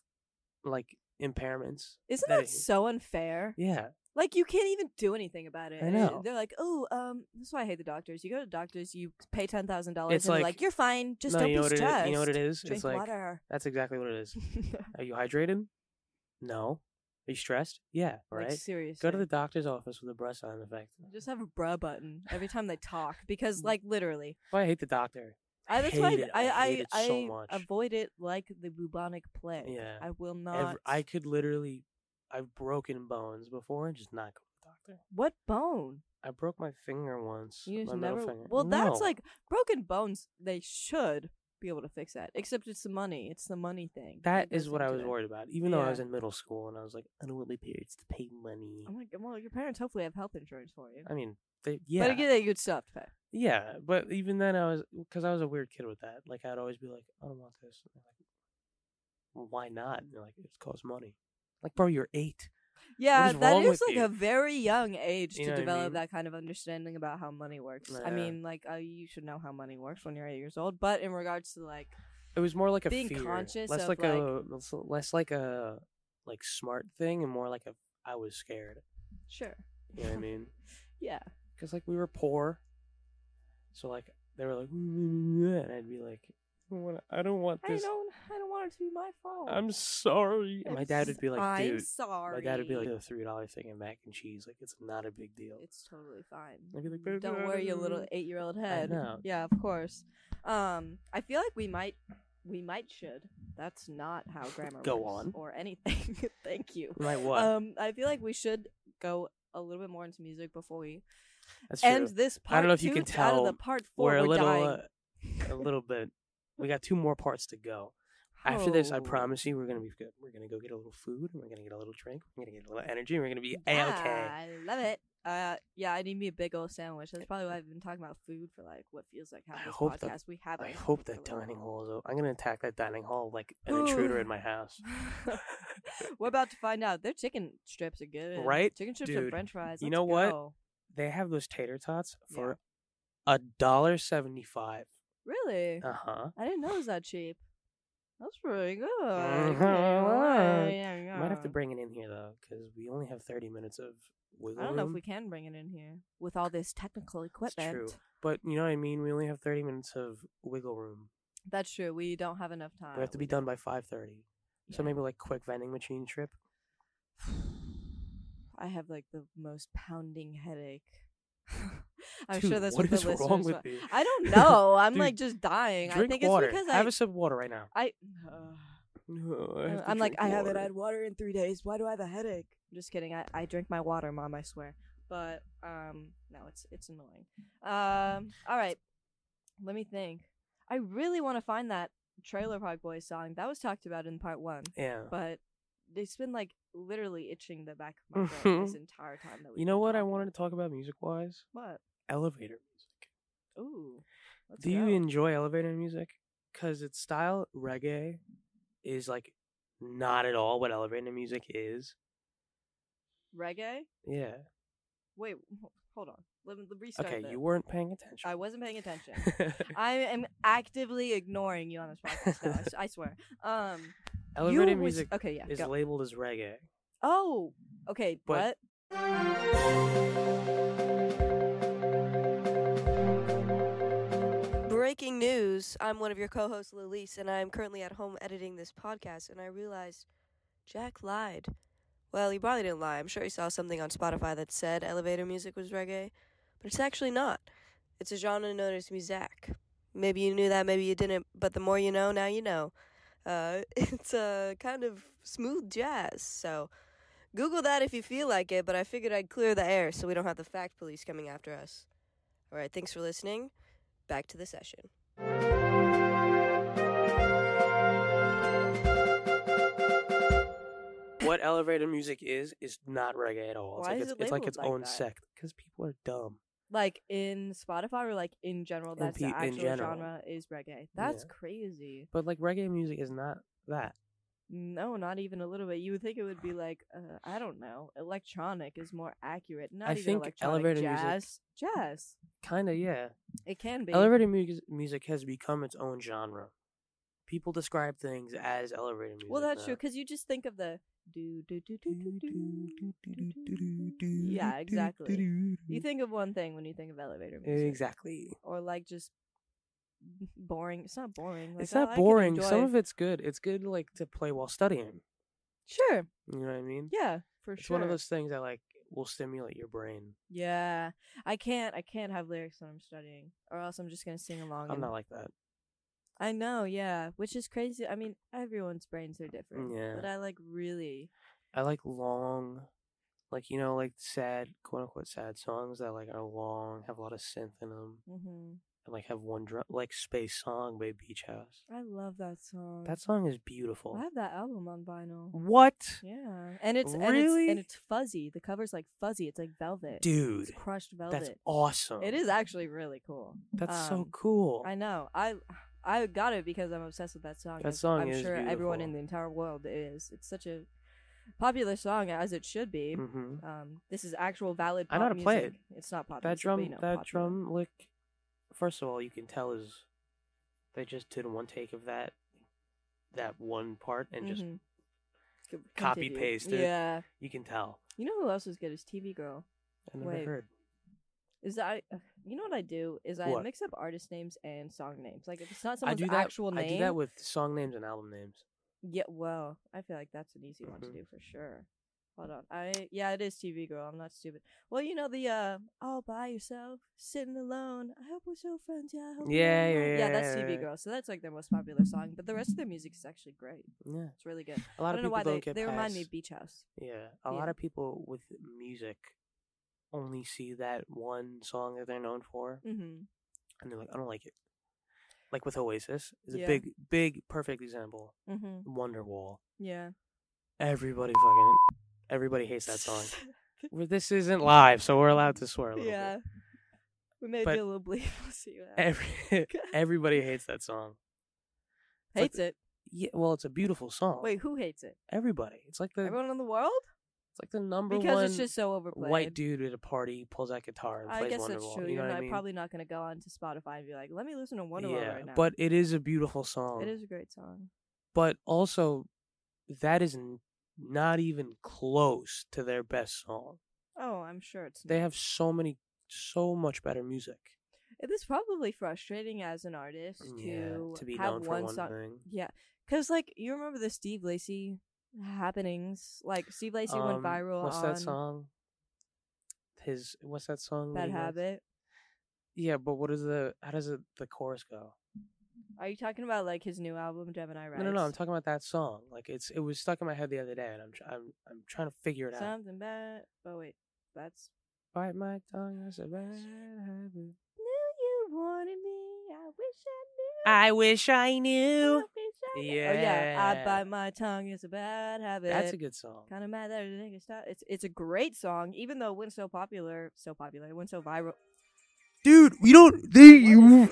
Speaker 1: like impairments.
Speaker 2: Isn't
Speaker 1: that
Speaker 2: that
Speaker 1: is-
Speaker 2: so unfair?
Speaker 1: Yeah,
Speaker 2: Like you can't even do anything about it.
Speaker 1: I
Speaker 2: And
Speaker 1: know.
Speaker 2: They're like, oh, um, that's why I hate the doctors. You go to doctors, you pay ten thousand dollars, and
Speaker 1: It's
Speaker 2: they're
Speaker 1: like-
Speaker 2: like, you're fine, just
Speaker 1: no,
Speaker 2: don't
Speaker 1: you know
Speaker 2: be
Speaker 1: what
Speaker 2: stressed.
Speaker 1: It is? You know what it is?
Speaker 2: Drink
Speaker 1: it's like
Speaker 2: water.
Speaker 1: that's exactly what it is. Are you hydrated? No. Are you stressed? Yeah. All
Speaker 2: Like,
Speaker 1: right.
Speaker 2: seriously.
Speaker 1: Go to the doctor's office with a breast on effect.
Speaker 2: just have a bra button every time they talk because, like, literally,
Speaker 1: Oh, I hate the doctor.
Speaker 2: I that's why
Speaker 1: hate it.
Speaker 2: I
Speaker 1: I
Speaker 2: I,
Speaker 1: hate
Speaker 2: I
Speaker 1: it so much.
Speaker 2: avoid it like the bubonic plague.
Speaker 1: Yeah.
Speaker 2: I will
Speaker 1: Ev-
Speaker 2: not.
Speaker 1: I could literally, I've broken bones before and just not go to the doctor.
Speaker 2: What bone?
Speaker 1: I broke my finger once.
Speaker 2: You just
Speaker 1: my middle
Speaker 2: never.
Speaker 1: finger.
Speaker 2: Well, that's
Speaker 1: No.
Speaker 2: like broken bones. They should be able to fix that. Except it's the money. It's the money thing.
Speaker 1: That
Speaker 2: goes
Speaker 1: is what I
Speaker 2: into
Speaker 1: was
Speaker 2: it.
Speaker 1: worried about. Even though I was
Speaker 2: Yeah.
Speaker 1: in middle school and I was like, I don't want my parents to pay money.
Speaker 2: I'm like, well, your parents hopefully have health insurance for you.
Speaker 1: I mean, they, yeah,
Speaker 2: But again, they would still have to pay.
Speaker 1: yeah. But even then, I was because I was a weird kid with that. Like, I'd always be like, I don't want this. And they're like, "Well, why not? And they're like, it costs money. Like, bro, you're eight.
Speaker 2: Yeah,
Speaker 1: is
Speaker 2: that
Speaker 1: wrong
Speaker 2: is
Speaker 1: with
Speaker 2: like a
Speaker 1: you?
Speaker 2: very young age
Speaker 1: You
Speaker 2: to
Speaker 1: know what I
Speaker 2: develop
Speaker 1: mean?
Speaker 2: that kind of understanding about how money works. I
Speaker 1: Yeah.
Speaker 2: mean, like uh, you should know how money works when you're eight years old. But in regards to like,
Speaker 1: It was more like a
Speaker 2: Being
Speaker 1: fear,
Speaker 2: conscious
Speaker 1: less
Speaker 2: of,
Speaker 1: like,
Speaker 2: like-
Speaker 1: a less- less like a like smart thing, and more like a I was scared.
Speaker 2: sure,
Speaker 1: You know what I mean?
Speaker 2: yeah,
Speaker 1: Because like we were poor, so like they were like, "Mm, and I'd be like, I don't, wanna, I don't want
Speaker 2: I
Speaker 1: this.
Speaker 2: don't, I don't want it to be my fault.
Speaker 5: I'm sorry.
Speaker 1: And my dad would be like,
Speaker 2: I'm
Speaker 1: dude.
Speaker 2: sorry.
Speaker 1: My dad would be like, the three dollar thing of mac and cheese, like it's not a big deal.
Speaker 2: it's totally fine.
Speaker 1: I'd be like, "Baby,
Speaker 2: Don't
Speaker 1: I
Speaker 2: worry, you little eight-year-old head.
Speaker 1: know.
Speaker 2: Yeah, of course. Um, I feel like we might, we might should. That's not how grammar
Speaker 1: Go
Speaker 2: works
Speaker 1: on.
Speaker 2: or anything. Thank you.
Speaker 1: I'm like what?
Speaker 2: Um, I feel like we should go a little bit more into music before we
Speaker 1: That's
Speaker 2: end
Speaker 1: true.
Speaker 2: this part.
Speaker 1: I don't know if you
Speaker 2: two
Speaker 1: can
Speaker 2: t- out of the
Speaker 1: tell
Speaker 2: part 4
Speaker 1: We're a little,
Speaker 2: dying.
Speaker 1: uh, a little bit. We got two more parts to go. After this, I
Speaker 2: Oh.
Speaker 1: promise you, we're gonna be good. We're gonna go get a little food, and we're gonna get a little drink, we're gonna get a little energy, and we're gonna be
Speaker 2: Ah,
Speaker 1: a
Speaker 2: I love it. Uh, yeah, I need me a big old sandwich. That's probably why I've been talking about food for like what feels like half
Speaker 1: I
Speaker 2: this
Speaker 1: hope
Speaker 2: podcast.
Speaker 1: that-
Speaker 2: we
Speaker 1: okay.
Speaker 2: haven't.
Speaker 1: I hope
Speaker 2: for
Speaker 1: that
Speaker 2: a little
Speaker 1: dining
Speaker 2: while.
Speaker 1: hall is. o- I'm gonna attack that dining hall like an intruder in my house.
Speaker 2: We're about to find out. Their chicken strips are good.
Speaker 1: Right?
Speaker 2: Chicken strips and
Speaker 1: Dude,
Speaker 2: french fries.
Speaker 1: you
Speaker 2: Let's
Speaker 1: know what?
Speaker 2: go.
Speaker 1: They have those tater tots
Speaker 2: Yeah.
Speaker 1: for a dollar seventy-five.
Speaker 2: Really?
Speaker 1: Uh huh.
Speaker 2: I didn't know it was that cheap. That's pretty good.
Speaker 1: Mhm.
Speaker 2: Yeah, yeah,
Speaker 1: Mm-hmm. Might have to
Speaker 2: yeah.
Speaker 1: bring it in here though, because we only have thirty minutes of wiggle
Speaker 2: I don't know if
Speaker 1: room.
Speaker 2: we can bring it in here with all this technical
Speaker 1: Um, It's
Speaker 2: equipment.
Speaker 1: true, but you know what I mean. We only have thirty minutes of wiggle room.
Speaker 2: That's true. We don't have enough time.
Speaker 1: We have to be done by five thirty. So maybe like quick vending machine trip.
Speaker 2: I have like the most pounding headache. I'm
Speaker 1: Dude,
Speaker 2: sure that's
Speaker 1: what
Speaker 2: what,
Speaker 1: is
Speaker 2: the listeners.
Speaker 1: wrong with
Speaker 2: want.
Speaker 1: you?
Speaker 2: I don't know. I'm
Speaker 1: Dude,
Speaker 2: like just dying.
Speaker 1: Drink
Speaker 2: I think
Speaker 1: water.
Speaker 2: it's because I
Speaker 1: have a sip of water right now.
Speaker 2: I.
Speaker 5: No, I
Speaker 2: Uh,
Speaker 5: have to
Speaker 2: I'm like,
Speaker 5: drink
Speaker 2: I haven't
Speaker 5: water.
Speaker 2: had water in three days. Why do I have a headache? I'm just kidding. I, I drink my water, mom. I swear. But um, no, it's it's annoying. Um, all right, let me think. I really want to find that Trailer Park Boys song that was talked about in part one,
Speaker 1: Yeah.
Speaker 2: but it's been like literally itching the back of my brain this entire time. That we
Speaker 1: Mm-hmm. You know what I wanted to talk about music wise?
Speaker 2: What?
Speaker 1: Elevator music.
Speaker 2: Ooh. let's
Speaker 1: Do you
Speaker 2: go.
Speaker 1: enjoy elevator music? Because its style, reggae, is like not at all what elevator music is.
Speaker 2: reggae?
Speaker 1: Yeah.
Speaker 2: Wait, ho- hold on. Let me let me restart.
Speaker 1: Okay,
Speaker 2: that.
Speaker 1: you weren't paying attention.
Speaker 2: I wasn't paying attention. I am actively ignoring you on this podcast. Now, I s- I swear. Um, you
Speaker 1: elevator
Speaker 2: was-
Speaker 1: music
Speaker 2: okay, yeah.
Speaker 1: is
Speaker 2: go.
Speaker 1: labeled as reggae.
Speaker 2: oh, okay. But
Speaker 1: But-
Speaker 7: Breaking news. I'm one of your co hosts, Lilise, and I'm currently at home editing this podcast, and I realized Jack lied. Well, he probably didn't lie. I'm sure he saw something on Spotify that said elevator music was reggae, but it's actually not. It's a genre known as muzak. Maybe you knew that, maybe you didn't, but the more you know, now you know. Uh, it's a kind of smooth jazz, so Google that if you feel like it, but I figured I'd clear the air so we don't have the fact police coming after us. All right, thanks for listening back to the session.
Speaker 1: what elevator music is is not reggae at all. It's
Speaker 7: Why
Speaker 1: like
Speaker 7: is
Speaker 1: it's,
Speaker 7: it
Speaker 1: it's like
Speaker 7: labeled
Speaker 1: its
Speaker 7: like
Speaker 1: own
Speaker 7: that?
Speaker 1: sect because people are dumb.
Speaker 2: Like in Spotify or like in general,
Speaker 1: In
Speaker 2: that's
Speaker 1: pe-
Speaker 2: the
Speaker 1: in
Speaker 2: actual
Speaker 1: general.
Speaker 2: genre is reggae. That's
Speaker 1: Yeah.
Speaker 2: crazy.
Speaker 1: But like reggae music is not that.
Speaker 2: No, not even a little bit. You would think it would be like uh, I don't know. Electronic is more accurate. Not
Speaker 1: I
Speaker 2: even
Speaker 1: think
Speaker 2: electronic.
Speaker 1: elevator music-
Speaker 2: jazz. Jazz.
Speaker 1: Kind
Speaker 2: Mm,
Speaker 1: of, yeah.
Speaker 2: It can be.
Speaker 1: Elevator mu- music has become its own genre. People describe things as elevator music.
Speaker 2: well, that's
Speaker 1: now.
Speaker 2: true because you just think of the do do do do do do do do. Yeah, exactly. You think of one thing when you think of elevator music,
Speaker 1: Exactly.
Speaker 2: or like just boring. It's not boring. Like, "Oh,
Speaker 1: it's
Speaker 2: I
Speaker 1: not
Speaker 2: like and
Speaker 1: boring.
Speaker 2: enjoy-
Speaker 1: Some of it's good. It's good like to play while studying.
Speaker 2: Sure.
Speaker 1: You know what I mean?
Speaker 2: Yeah, for
Speaker 1: it's
Speaker 2: sure.
Speaker 1: one of those things that like will stimulate your brain.
Speaker 2: Yeah, I can't. I can't have lyrics when I'm studying, or else I'm just gonna sing along.
Speaker 1: I'm
Speaker 2: and-
Speaker 1: not like that.
Speaker 2: I know, yeah, which is crazy. I mean, everyone's brains are different.
Speaker 1: Yeah.
Speaker 2: But I like really.
Speaker 1: I like long, like you know, like sad, quote unquote, sad songs that like are long, have a lot of synth in them,
Speaker 2: hmm
Speaker 1: and like have one drum, like Space Song by Beach House.
Speaker 2: I love that song.
Speaker 1: That song is beautiful.
Speaker 2: I have Mm-hmm. that album on vinyl.
Speaker 1: What,
Speaker 2: Yeah, and it's and it's,
Speaker 1: Really?
Speaker 2: and it's fuzzy. The cover's like fuzzy. It's like velvet.
Speaker 1: dude?
Speaker 2: it's crushed velvet.
Speaker 1: That's awesome.
Speaker 2: It is actually really cool.
Speaker 1: That's so
Speaker 2: um,
Speaker 1: cool.
Speaker 2: I know. I I got it because I'm obsessed with that song.
Speaker 1: That
Speaker 2: as
Speaker 1: song
Speaker 2: I'm
Speaker 1: is
Speaker 2: sure everyone in
Speaker 1: beautiful.
Speaker 2: the entire world is. It's such a popular song as it should be.
Speaker 1: hmm
Speaker 2: Um, this is actual valid.
Speaker 1: I
Speaker 2: Pop
Speaker 1: know how to play
Speaker 2: music. It's not pop.
Speaker 1: That
Speaker 2: music, but,
Speaker 1: drum,
Speaker 2: you know,
Speaker 1: that
Speaker 2: popular.
Speaker 1: drum lick. First of all, you can tell is they just did one take of that, that one part, and just
Speaker 2: Mhm. C-
Speaker 1: copy
Speaker 2: continue.
Speaker 1: paste it.
Speaker 2: Yeah.
Speaker 1: you can tell.
Speaker 2: You know who else is good is TV Girl.
Speaker 1: I never
Speaker 2: Wait.
Speaker 1: heard.
Speaker 2: Is that I, ugh, you know what I do is I
Speaker 1: What?
Speaker 2: mix up artist names and song names. Like if it's not
Speaker 1: I
Speaker 2: someone's
Speaker 1: do that.
Speaker 2: actual
Speaker 1: I
Speaker 2: name.
Speaker 1: do that with song names and album names.
Speaker 2: yeah, well, I feel like that's an easy one to
Speaker 1: Mhm.
Speaker 2: do for sure. Hold on. I yeah, it is TV Girl. I'm not stupid. Well, you know the uh all by yourself, sitting alone. I hope we're so friends. Yeah, I hope we're
Speaker 1: Yeah,
Speaker 2: alone."
Speaker 1: yeah,
Speaker 2: yeah.
Speaker 1: yeah,
Speaker 2: That's
Speaker 1: yeah,
Speaker 2: TV
Speaker 1: yeah.
Speaker 2: Girl. So that's like their most popular song, but the rest of their music is actually great.
Speaker 1: Yeah.
Speaker 2: It's really good.
Speaker 1: A lot
Speaker 2: I
Speaker 1: of
Speaker 2: don't know
Speaker 1: people
Speaker 2: why
Speaker 1: don't
Speaker 2: they
Speaker 1: get
Speaker 2: they remind me
Speaker 1: past-
Speaker 2: of Beach House.
Speaker 1: Yeah, a
Speaker 2: Yeah.
Speaker 1: lot of people with music only see that one song that they're known for,
Speaker 2: Mm-hmm.
Speaker 1: and they're like, I don't like it. Like with Oasis, is
Speaker 2: Yeah.
Speaker 1: a big, big, perfect example.
Speaker 2: Mm-hmm.
Speaker 1: Wonderwall.
Speaker 2: Yeah.
Speaker 1: Everybody fucking, everybody hates that song. Well, this isn't live, so we're allowed to swear a little
Speaker 2: yeah.
Speaker 1: bit.
Speaker 2: We may
Speaker 1: But-
Speaker 2: be a little bleep. We'll see what happens.
Speaker 1: Every, everybody hates that song. like
Speaker 2: hates it.
Speaker 1: Yeah, well, it's a beautiful song.
Speaker 2: Wait, who hates it?
Speaker 1: everybody. It's like the
Speaker 2: Everyone in the world?
Speaker 1: it's like the number
Speaker 2: Because
Speaker 1: one
Speaker 2: it's just so overplayed.
Speaker 1: white dude at a party pulls that guitar and
Speaker 2: I
Speaker 1: plays
Speaker 2: guess
Speaker 1: Wonderwall.
Speaker 2: that's true.
Speaker 1: You know
Speaker 2: You're
Speaker 1: what
Speaker 2: not,
Speaker 1: I mean?
Speaker 2: probably not going to go on to Spotify and be like, let me listen to Wonderwall
Speaker 1: yeah,
Speaker 2: right now.
Speaker 1: but um it is a beautiful song.
Speaker 2: it is a great song.
Speaker 1: but also that is n- not even close to their best song.
Speaker 2: Oh, I'm sure it's.
Speaker 1: They
Speaker 2: not.
Speaker 1: have so many, so much better music.
Speaker 2: It is probably frustrating as an artist to
Speaker 1: Mm, yeah, to be
Speaker 2: have
Speaker 1: known for
Speaker 2: one
Speaker 1: one
Speaker 2: song.
Speaker 1: thing.
Speaker 2: Yeah, because like you remember the Steve Lacy happenings. Like Steve Lacy went
Speaker 1: Um,
Speaker 2: viral
Speaker 1: What's
Speaker 2: on
Speaker 1: that song? His what's that song? that
Speaker 2: Bad
Speaker 1: he has?
Speaker 2: Habit.
Speaker 1: Yeah, but what is the how does it the chorus go?
Speaker 2: Are you talking about like his new album Gemini Rise?
Speaker 1: No, no, no. I'm talking about that song. Like it's it was stuck in my head the other day, and I'm tr- I'm I'm trying to figure it out.
Speaker 2: Something bad. Oh wait, that's
Speaker 1: Bite my tongue, that's a bad habit.
Speaker 2: knew you wanted me. I wish I knew.
Speaker 4: I wish I knew.
Speaker 2: I wish I knew.
Speaker 1: Yeah,
Speaker 2: Oh yeah, I bite my tongue. It's a bad habit.
Speaker 1: That's a good song.
Speaker 2: Kind of mad that it didn't get stopped. It's it's a great song, even though it went so popular, so popular, it went so viral.
Speaker 1: dude. We don't. They
Speaker 2: What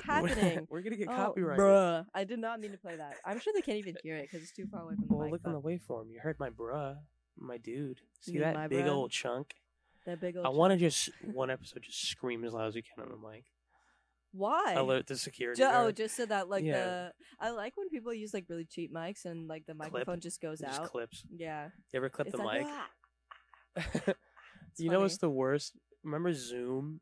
Speaker 2: is happening?
Speaker 1: We're gonna get
Speaker 2: Oh,
Speaker 1: copyrighted.
Speaker 2: bruh. I did not mean to play that. I'm sure they can't even hear it because it's too far away from the
Speaker 1: Well,
Speaker 2: mic.
Speaker 1: Oh, look on the
Speaker 2: but
Speaker 1: waveform. You heard my bruh, my dude. See
Speaker 2: mean
Speaker 1: that
Speaker 2: my
Speaker 1: big
Speaker 2: bruh?
Speaker 1: old chunk?
Speaker 2: that big old.
Speaker 1: I want to just one episode just scream as loud as we can on the mic.
Speaker 2: Why?
Speaker 1: Alert the security.
Speaker 2: Ju- oh,
Speaker 1: guard.
Speaker 2: just so that like
Speaker 1: Yeah.
Speaker 2: the I like when people use like really cheap mics and like the microphone just goes
Speaker 1: It just
Speaker 2: out.
Speaker 1: clips.
Speaker 2: Yeah.
Speaker 1: You ever clip
Speaker 2: It's
Speaker 1: the
Speaker 2: like,
Speaker 1: mic?
Speaker 2: "Ah."
Speaker 1: "Ah." you know what's the worst? Remember Zoom?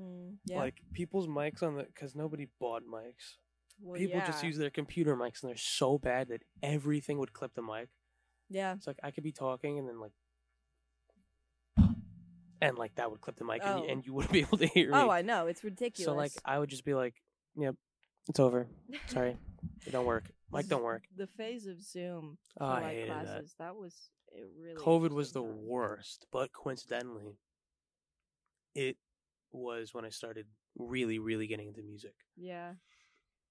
Speaker 2: Mm, yeah.
Speaker 1: Like people's mics on the because nobody bought mics.
Speaker 2: Well,
Speaker 1: People just
Speaker 2: yeah.
Speaker 1: use their computer mics and they're so bad that everything would clip the mic.
Speaker 2: Yeah.
Speaker 1: It's like I could be talking and then like, and like that would clip the mic and,
Speaker 2: Oh.
Speaker 1: you, and you wouldn't be able to hear me.
Speaker 2: Oh, I know. It's ridiculous.
Speaker 1: so like I would just be like, "Yep, it's over. Sorry, it don't work. Mic don't work."
Speaker 2: the phase of Zoom for
Speaker 1: Oh, I
Speaker 2: like
Speaker 1: hated that.
Speaker 2: classes, that. was it really
Speaker 1: COVID was the
Speaker 2: interesting time.
Speaker 1: worst, but coincidentally, it was when I started really, really getting into music.
Speaker 2: Yeah.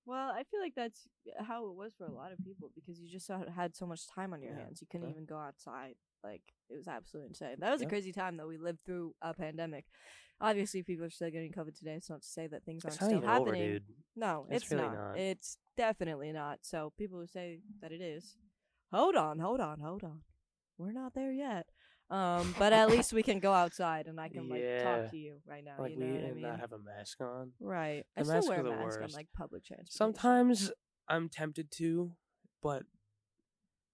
Speaker 2: Well, I feel like that's how it was for a lot of people because you just had- had so much time on your
Speaker 1: Yeah,
Speaker 2: hands. You couldn't
Speaker 1: yeah.
Speaker 2: even go outside. Like it was absolutely insane. That was a
Speaker 1: Yeah.
Speaker 2: crazy time though. We lived through a pandemic. Obviously, people are still getting COVID today. It's not to say that things aren't
Speaker 1: It's not
Speaker 2: still
Speaker 1: even
Speaker 2: happening.
Speaker 1: over, dude.
Speaker 2: No, it's,
Speaker 1: It's really
Speaker 2: not.
Speaker 1: not.
Speaker 2: It's definitely not. So people who say that it is, hold on, hold on, hold on. We're not there yet. Um, but at least we can go outside and I can like
Speaker 1: Yeah.
Speaker 2: talk to you right now.
Speaker 1: Like
Speaker 2: you
Speaker 1: we
Speaker 2: know what I
Speaker 1: and
Speaker 2: mean?
Speaker 1: not have a mask on.
Speaker 2: right. I
Speaker 1: the
Speaker 2: still
Speaker 1: masks
Speaker 2: wear
Speaker 1: are
Speaker 2: a
Speaker 1: the
Speaker 2: mask on
Speaker 1: worst.
Speaker 2: like public transportation.
Speaker 1: Sometimes I'm tempted to, but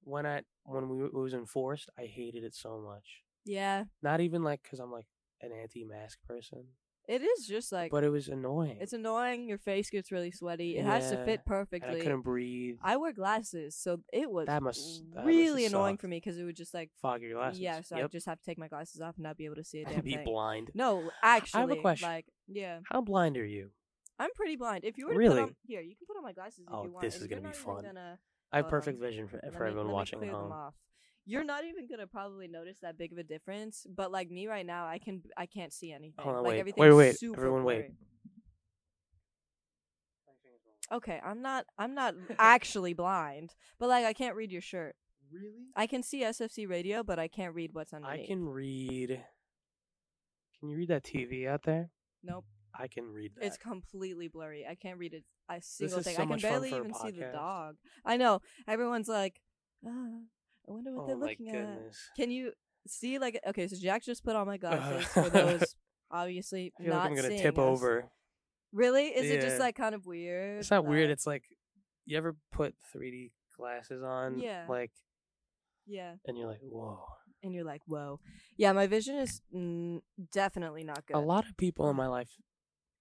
Speaker 1: when I when we it was enforced, I hated it so much.
Speaker 2: Yeah,
Speaker 1: Not even like because I'm like an anti-mask person,
Speaker 2: it is just like
Speaker 1: but it was annoying.
Speaker 2: it's annoying. Your face gets really sweaty. It has to
Speaker 1: Yeah,
Speaker 2: fit
Speaker 1: and I
Speaker 2: perfectly.
Speaker 1: couldn't breathe.
Speaker 2: I wear glasses, so it was
Speaker 1: That must- that must
Speaker 2: really
Speaker 1: have
Speaker 2: annoying
Speaker 1: sucked.
Speaker 2: for me because it would just like
Speaker 1: Fog your glasses.
Speaker 2: yeah, so I
Speaker 1: yep.
Speaker 2: just have to take my glasses off and not be able to see a damn
Speaker 1: and be
Speaker 2: thing.
Speaker 1: blind.
Speaker 2: No, actually,
Speaker 1: question.
Speaker 2: Like, yeah,
Speaker 1: How blind are you?
Speaker 2: I'm pretty blind. If you were to
Speaker 1: Really?
Speaker 2: put on, here, you can put on my glasses if
Speaker 1: Oh,
Speaker 2: you want.
Speaker 1: this
Speaker 2: and
Speaker 1: is
Speaker 2: you're
Speaker 1: gonna be
Speaker 2: not even
Speaker 1: fun.
Speaker 2: gonna-
Speaker 1: I have
Speaker 2: Hold on.
Speaker 1: perfect vision for,
Speaker 2: Um, let
Speaker 1: for
Speaker 2: me-
Speaker 1: everyone
Speaker 2: let me
Speaker 1: watching at
Speaker 2: clear them
Speaker 1: home.
Speaker 2: off. You're not even gonna probably notice that big of a difference, but like me right now, I can I can't see anything.
Speaker 1: Hold on,
Speaker 2: like
Speaker 1: wait.
Speaker 2: everything's
Speaker 1: Wait, wait,
Speaker 2: super
Speaker 1: everyone wait.
Speaker 2: blurry. Okay, I'm not I'm not actually blind, but like I can't read your shirt.
Speaker 1: Really?
Speaker 2: I can see SFC radio, but I can't read what's
Speaker 1: I
Speaker 2: underneath.
Speaker 1: can read. Can you read that TV out there?
Speaker 2: Nope,
Speaker 1: I can read that.
Speaker 2: it's completely blurry. I can't read a, a single
Speaker 1: is
Speaker 2: thing.
Speaker 1: so
Speaker 2: I can
Speaker 1: much fun
Speaker 2: barely
Speaker 1: for a
Speaker 2: even see the
Speaker 1: podcast.
Speaker 2: dog. I know everyone's like, uh, I wonder what
Speaker 1: oh
Speaker 2: they're
Speaker 1: my
Speaker 2: looking at.
Speaker 1: goodness!
Speaker 2: Can you see like okay? So Jack just put on my glasses for those obviously
Speaker 1: I feel
Speaker 2: not
Speaker 1: like I'm gonna
Speaker 2: seeing
Speaker 1: tip
Speaker 2: us.
Speaker 1: over.
Speaker 2: Really? Is it just
Speaker 1: Yeah.
Speaker 2: like kind of weird?
Speaker 1: It's not weird.
Speaker 2: that-
Speaker 1: It's like you ever put 3D glasses on,
Speaker 2: Yeah.
Speaker 1: like,
Speaker 2: yeah.
Speaker 1: and you're like, whoa.
Speaker 2: And you're like, whoa, yeah. My vision is mm, definitely not good.
Speaker 1: A lot of people in my life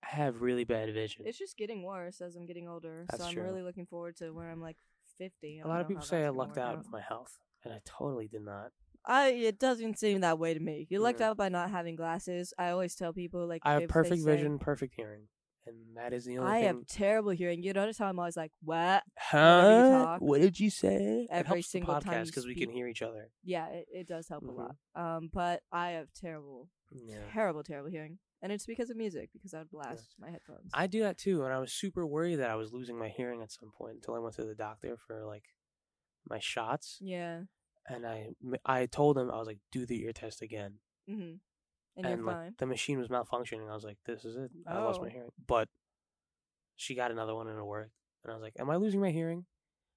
Speaker 1: have really bad vision.
Speaker 2: It's just getting worse as I'm getting older.
Speaker 1: That's
Speaker 2: so I'm
Speaker 1: true.
Speaker 2: really looking forward to when I'm like 50. I
Speaker 1: a lot
Speaker 2: don't
Speaker 1: of
Speaker 2: know
Speaker 1: people
Speaker 2: how
Speaker 1: say
Speaker 2: that's
Speaker 1: I
Speaker 2: gonna
Speaker 1: lucked
Speaker 2: work
Speaker 1: out with my health, and I totally did not.
Speaker 2: I it doesn't seem that way to me. You lucked
Speaker 1: Yeah.
Speaker 2: out by not having glasses. I always tell people like
Speaker 1: I
Speaker 2: if
Speaker 1: have
Speaker 2: they
Speaker 1: perfect
Speaker 2: say-
Speaker 1: vision, perfect hearing, and that is the only
Speaker 2: I
Speaker 1: thing.
Speaker 2: have terrible hearing. You notice how I'm always like, what? whenever you
Speaker 1: Huh?
Speaker 2: talk,
Speaker 1: What did you say?
Speaker 2: every
Speaker 1: it helps
Speaker 2: single
Speaker 1: the
Speaker 2: time
Speaker 1: podcast
Speaker 2: you
Speaker 1: because we can
Speaker 2: speak.
Speaker 1: hear each other.
Speaker 2: Yeah, it, it does help
Speaker 1: Mhm.
Speaker 2: a lot. Um, but I have terrible,
Speaker 1: Yeah.
Speaker 2: terrible, terrible hearing, and it's because of music because I would blast my headphones.
Speaker 1: I do that too, and I was super worried that I was losing my hearing at some point until I went to the doctor for like my shots,
Speaker 2: yeah,
Speaker 1: and I I told him I was like, do the ear test again,
Speaker 2: mm-hmm. and, you're
Speaker 1: like,
Speaker 2: fine.
Speaker 1: the machine was malfunctioning. I was like, this is it, I lost my
Speaker 2: Oh.
Speaker 1: hearing. But she got another one and it worked, and I was like, am I losing my hearing?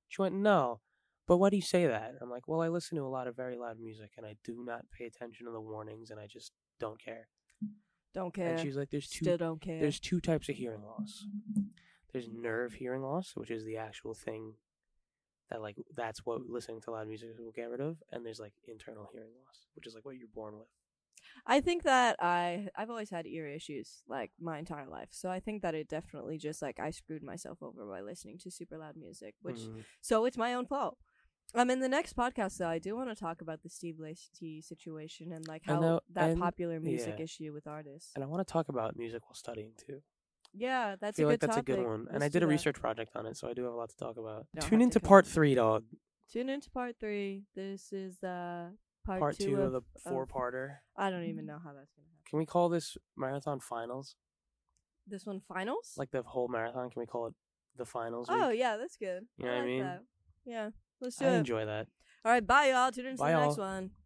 Speaker 1: She went, no. But why do you say that? I'm like, well, I listen to a lot of very loud music, and I do not pay attention to the warnings, and I just don't care.
Speaker 2: Don't care.
Speaker 1: And she's like, there's two
Speaker 2: Still don't care.
Speaker 1: there's two types of hearing loss. There's nerve hearing loss, which is the actual thing that like that's what listening to loud music will get rid of, and there's like internal hearing loss, which is like what you're born with.
Speaker 2: I think that I I've always had ear issues like my entire life, so I think that it definitely just like I screwed myself over by listening to super loud music, which so it's my own fault. Um, in the next podcast, though, I do want to talk about the Steve Lacy situation and like
Speaker 1: I
Speaker 2: how
Speaker 1: know,
Speaker 2: that
Speaker 1: and-
Speaker 2: popular music
Speaker 1: yeah.
Speaker 2: issue with artists.
Speaker 1: And I want to talk about music while studying too.
Speaker 2: Yeah,
Speaker 1: I
Speaker 2: that's
Speaker 1: feel
Speaker 2: a
Speaker 1: like
Speaker 2: good
Speaker 1: that's
Speaker 2: topic.
Speaker 1: a good one. and
Speaker 2: Let's
Speaker 1: I did
Speaker 2: do
Speaker 1: a
Speaker 2: that.
Speaker 1: research project on it, so I do have a lot to talk about.
Speaker 2: Don't
Speaker 1: Tune
Speaker 2: have
Speaker 1: into
Speaker 2: to go-
Speaker 1: part three, dog.
Speaker 2: Tune into part three. This is uh part,
Speaker 1: Part, two, of, the four
Speaker 2: of-
Speaker 1: parter.
Speaker 2: I don't even know how that's gonna happen.
Speaker 1: Can we call this marathon finals?
Speaker 2: This one finals.
Speaker 1: Like the whole marathon? Can we call it the finals?
Speaker 2: oh
Speaker 1: week?
Speaker 2: yeah, that's good.
Speaker 1: You know
Speaker 2: I
Speaker 1: what I
Speaker 2: like
Speaker 1: mean?
Speaker 2: that. Yeah, let's do
Speaker 1: I
Speaker 2: it.
Speaker 1: enjoy that.
Speaker 2: All right, bye y'all. Tune into
Speaker 1: Bye,
Speaker 2: the next
Speaker 1: y'all.
Speaker 2: one.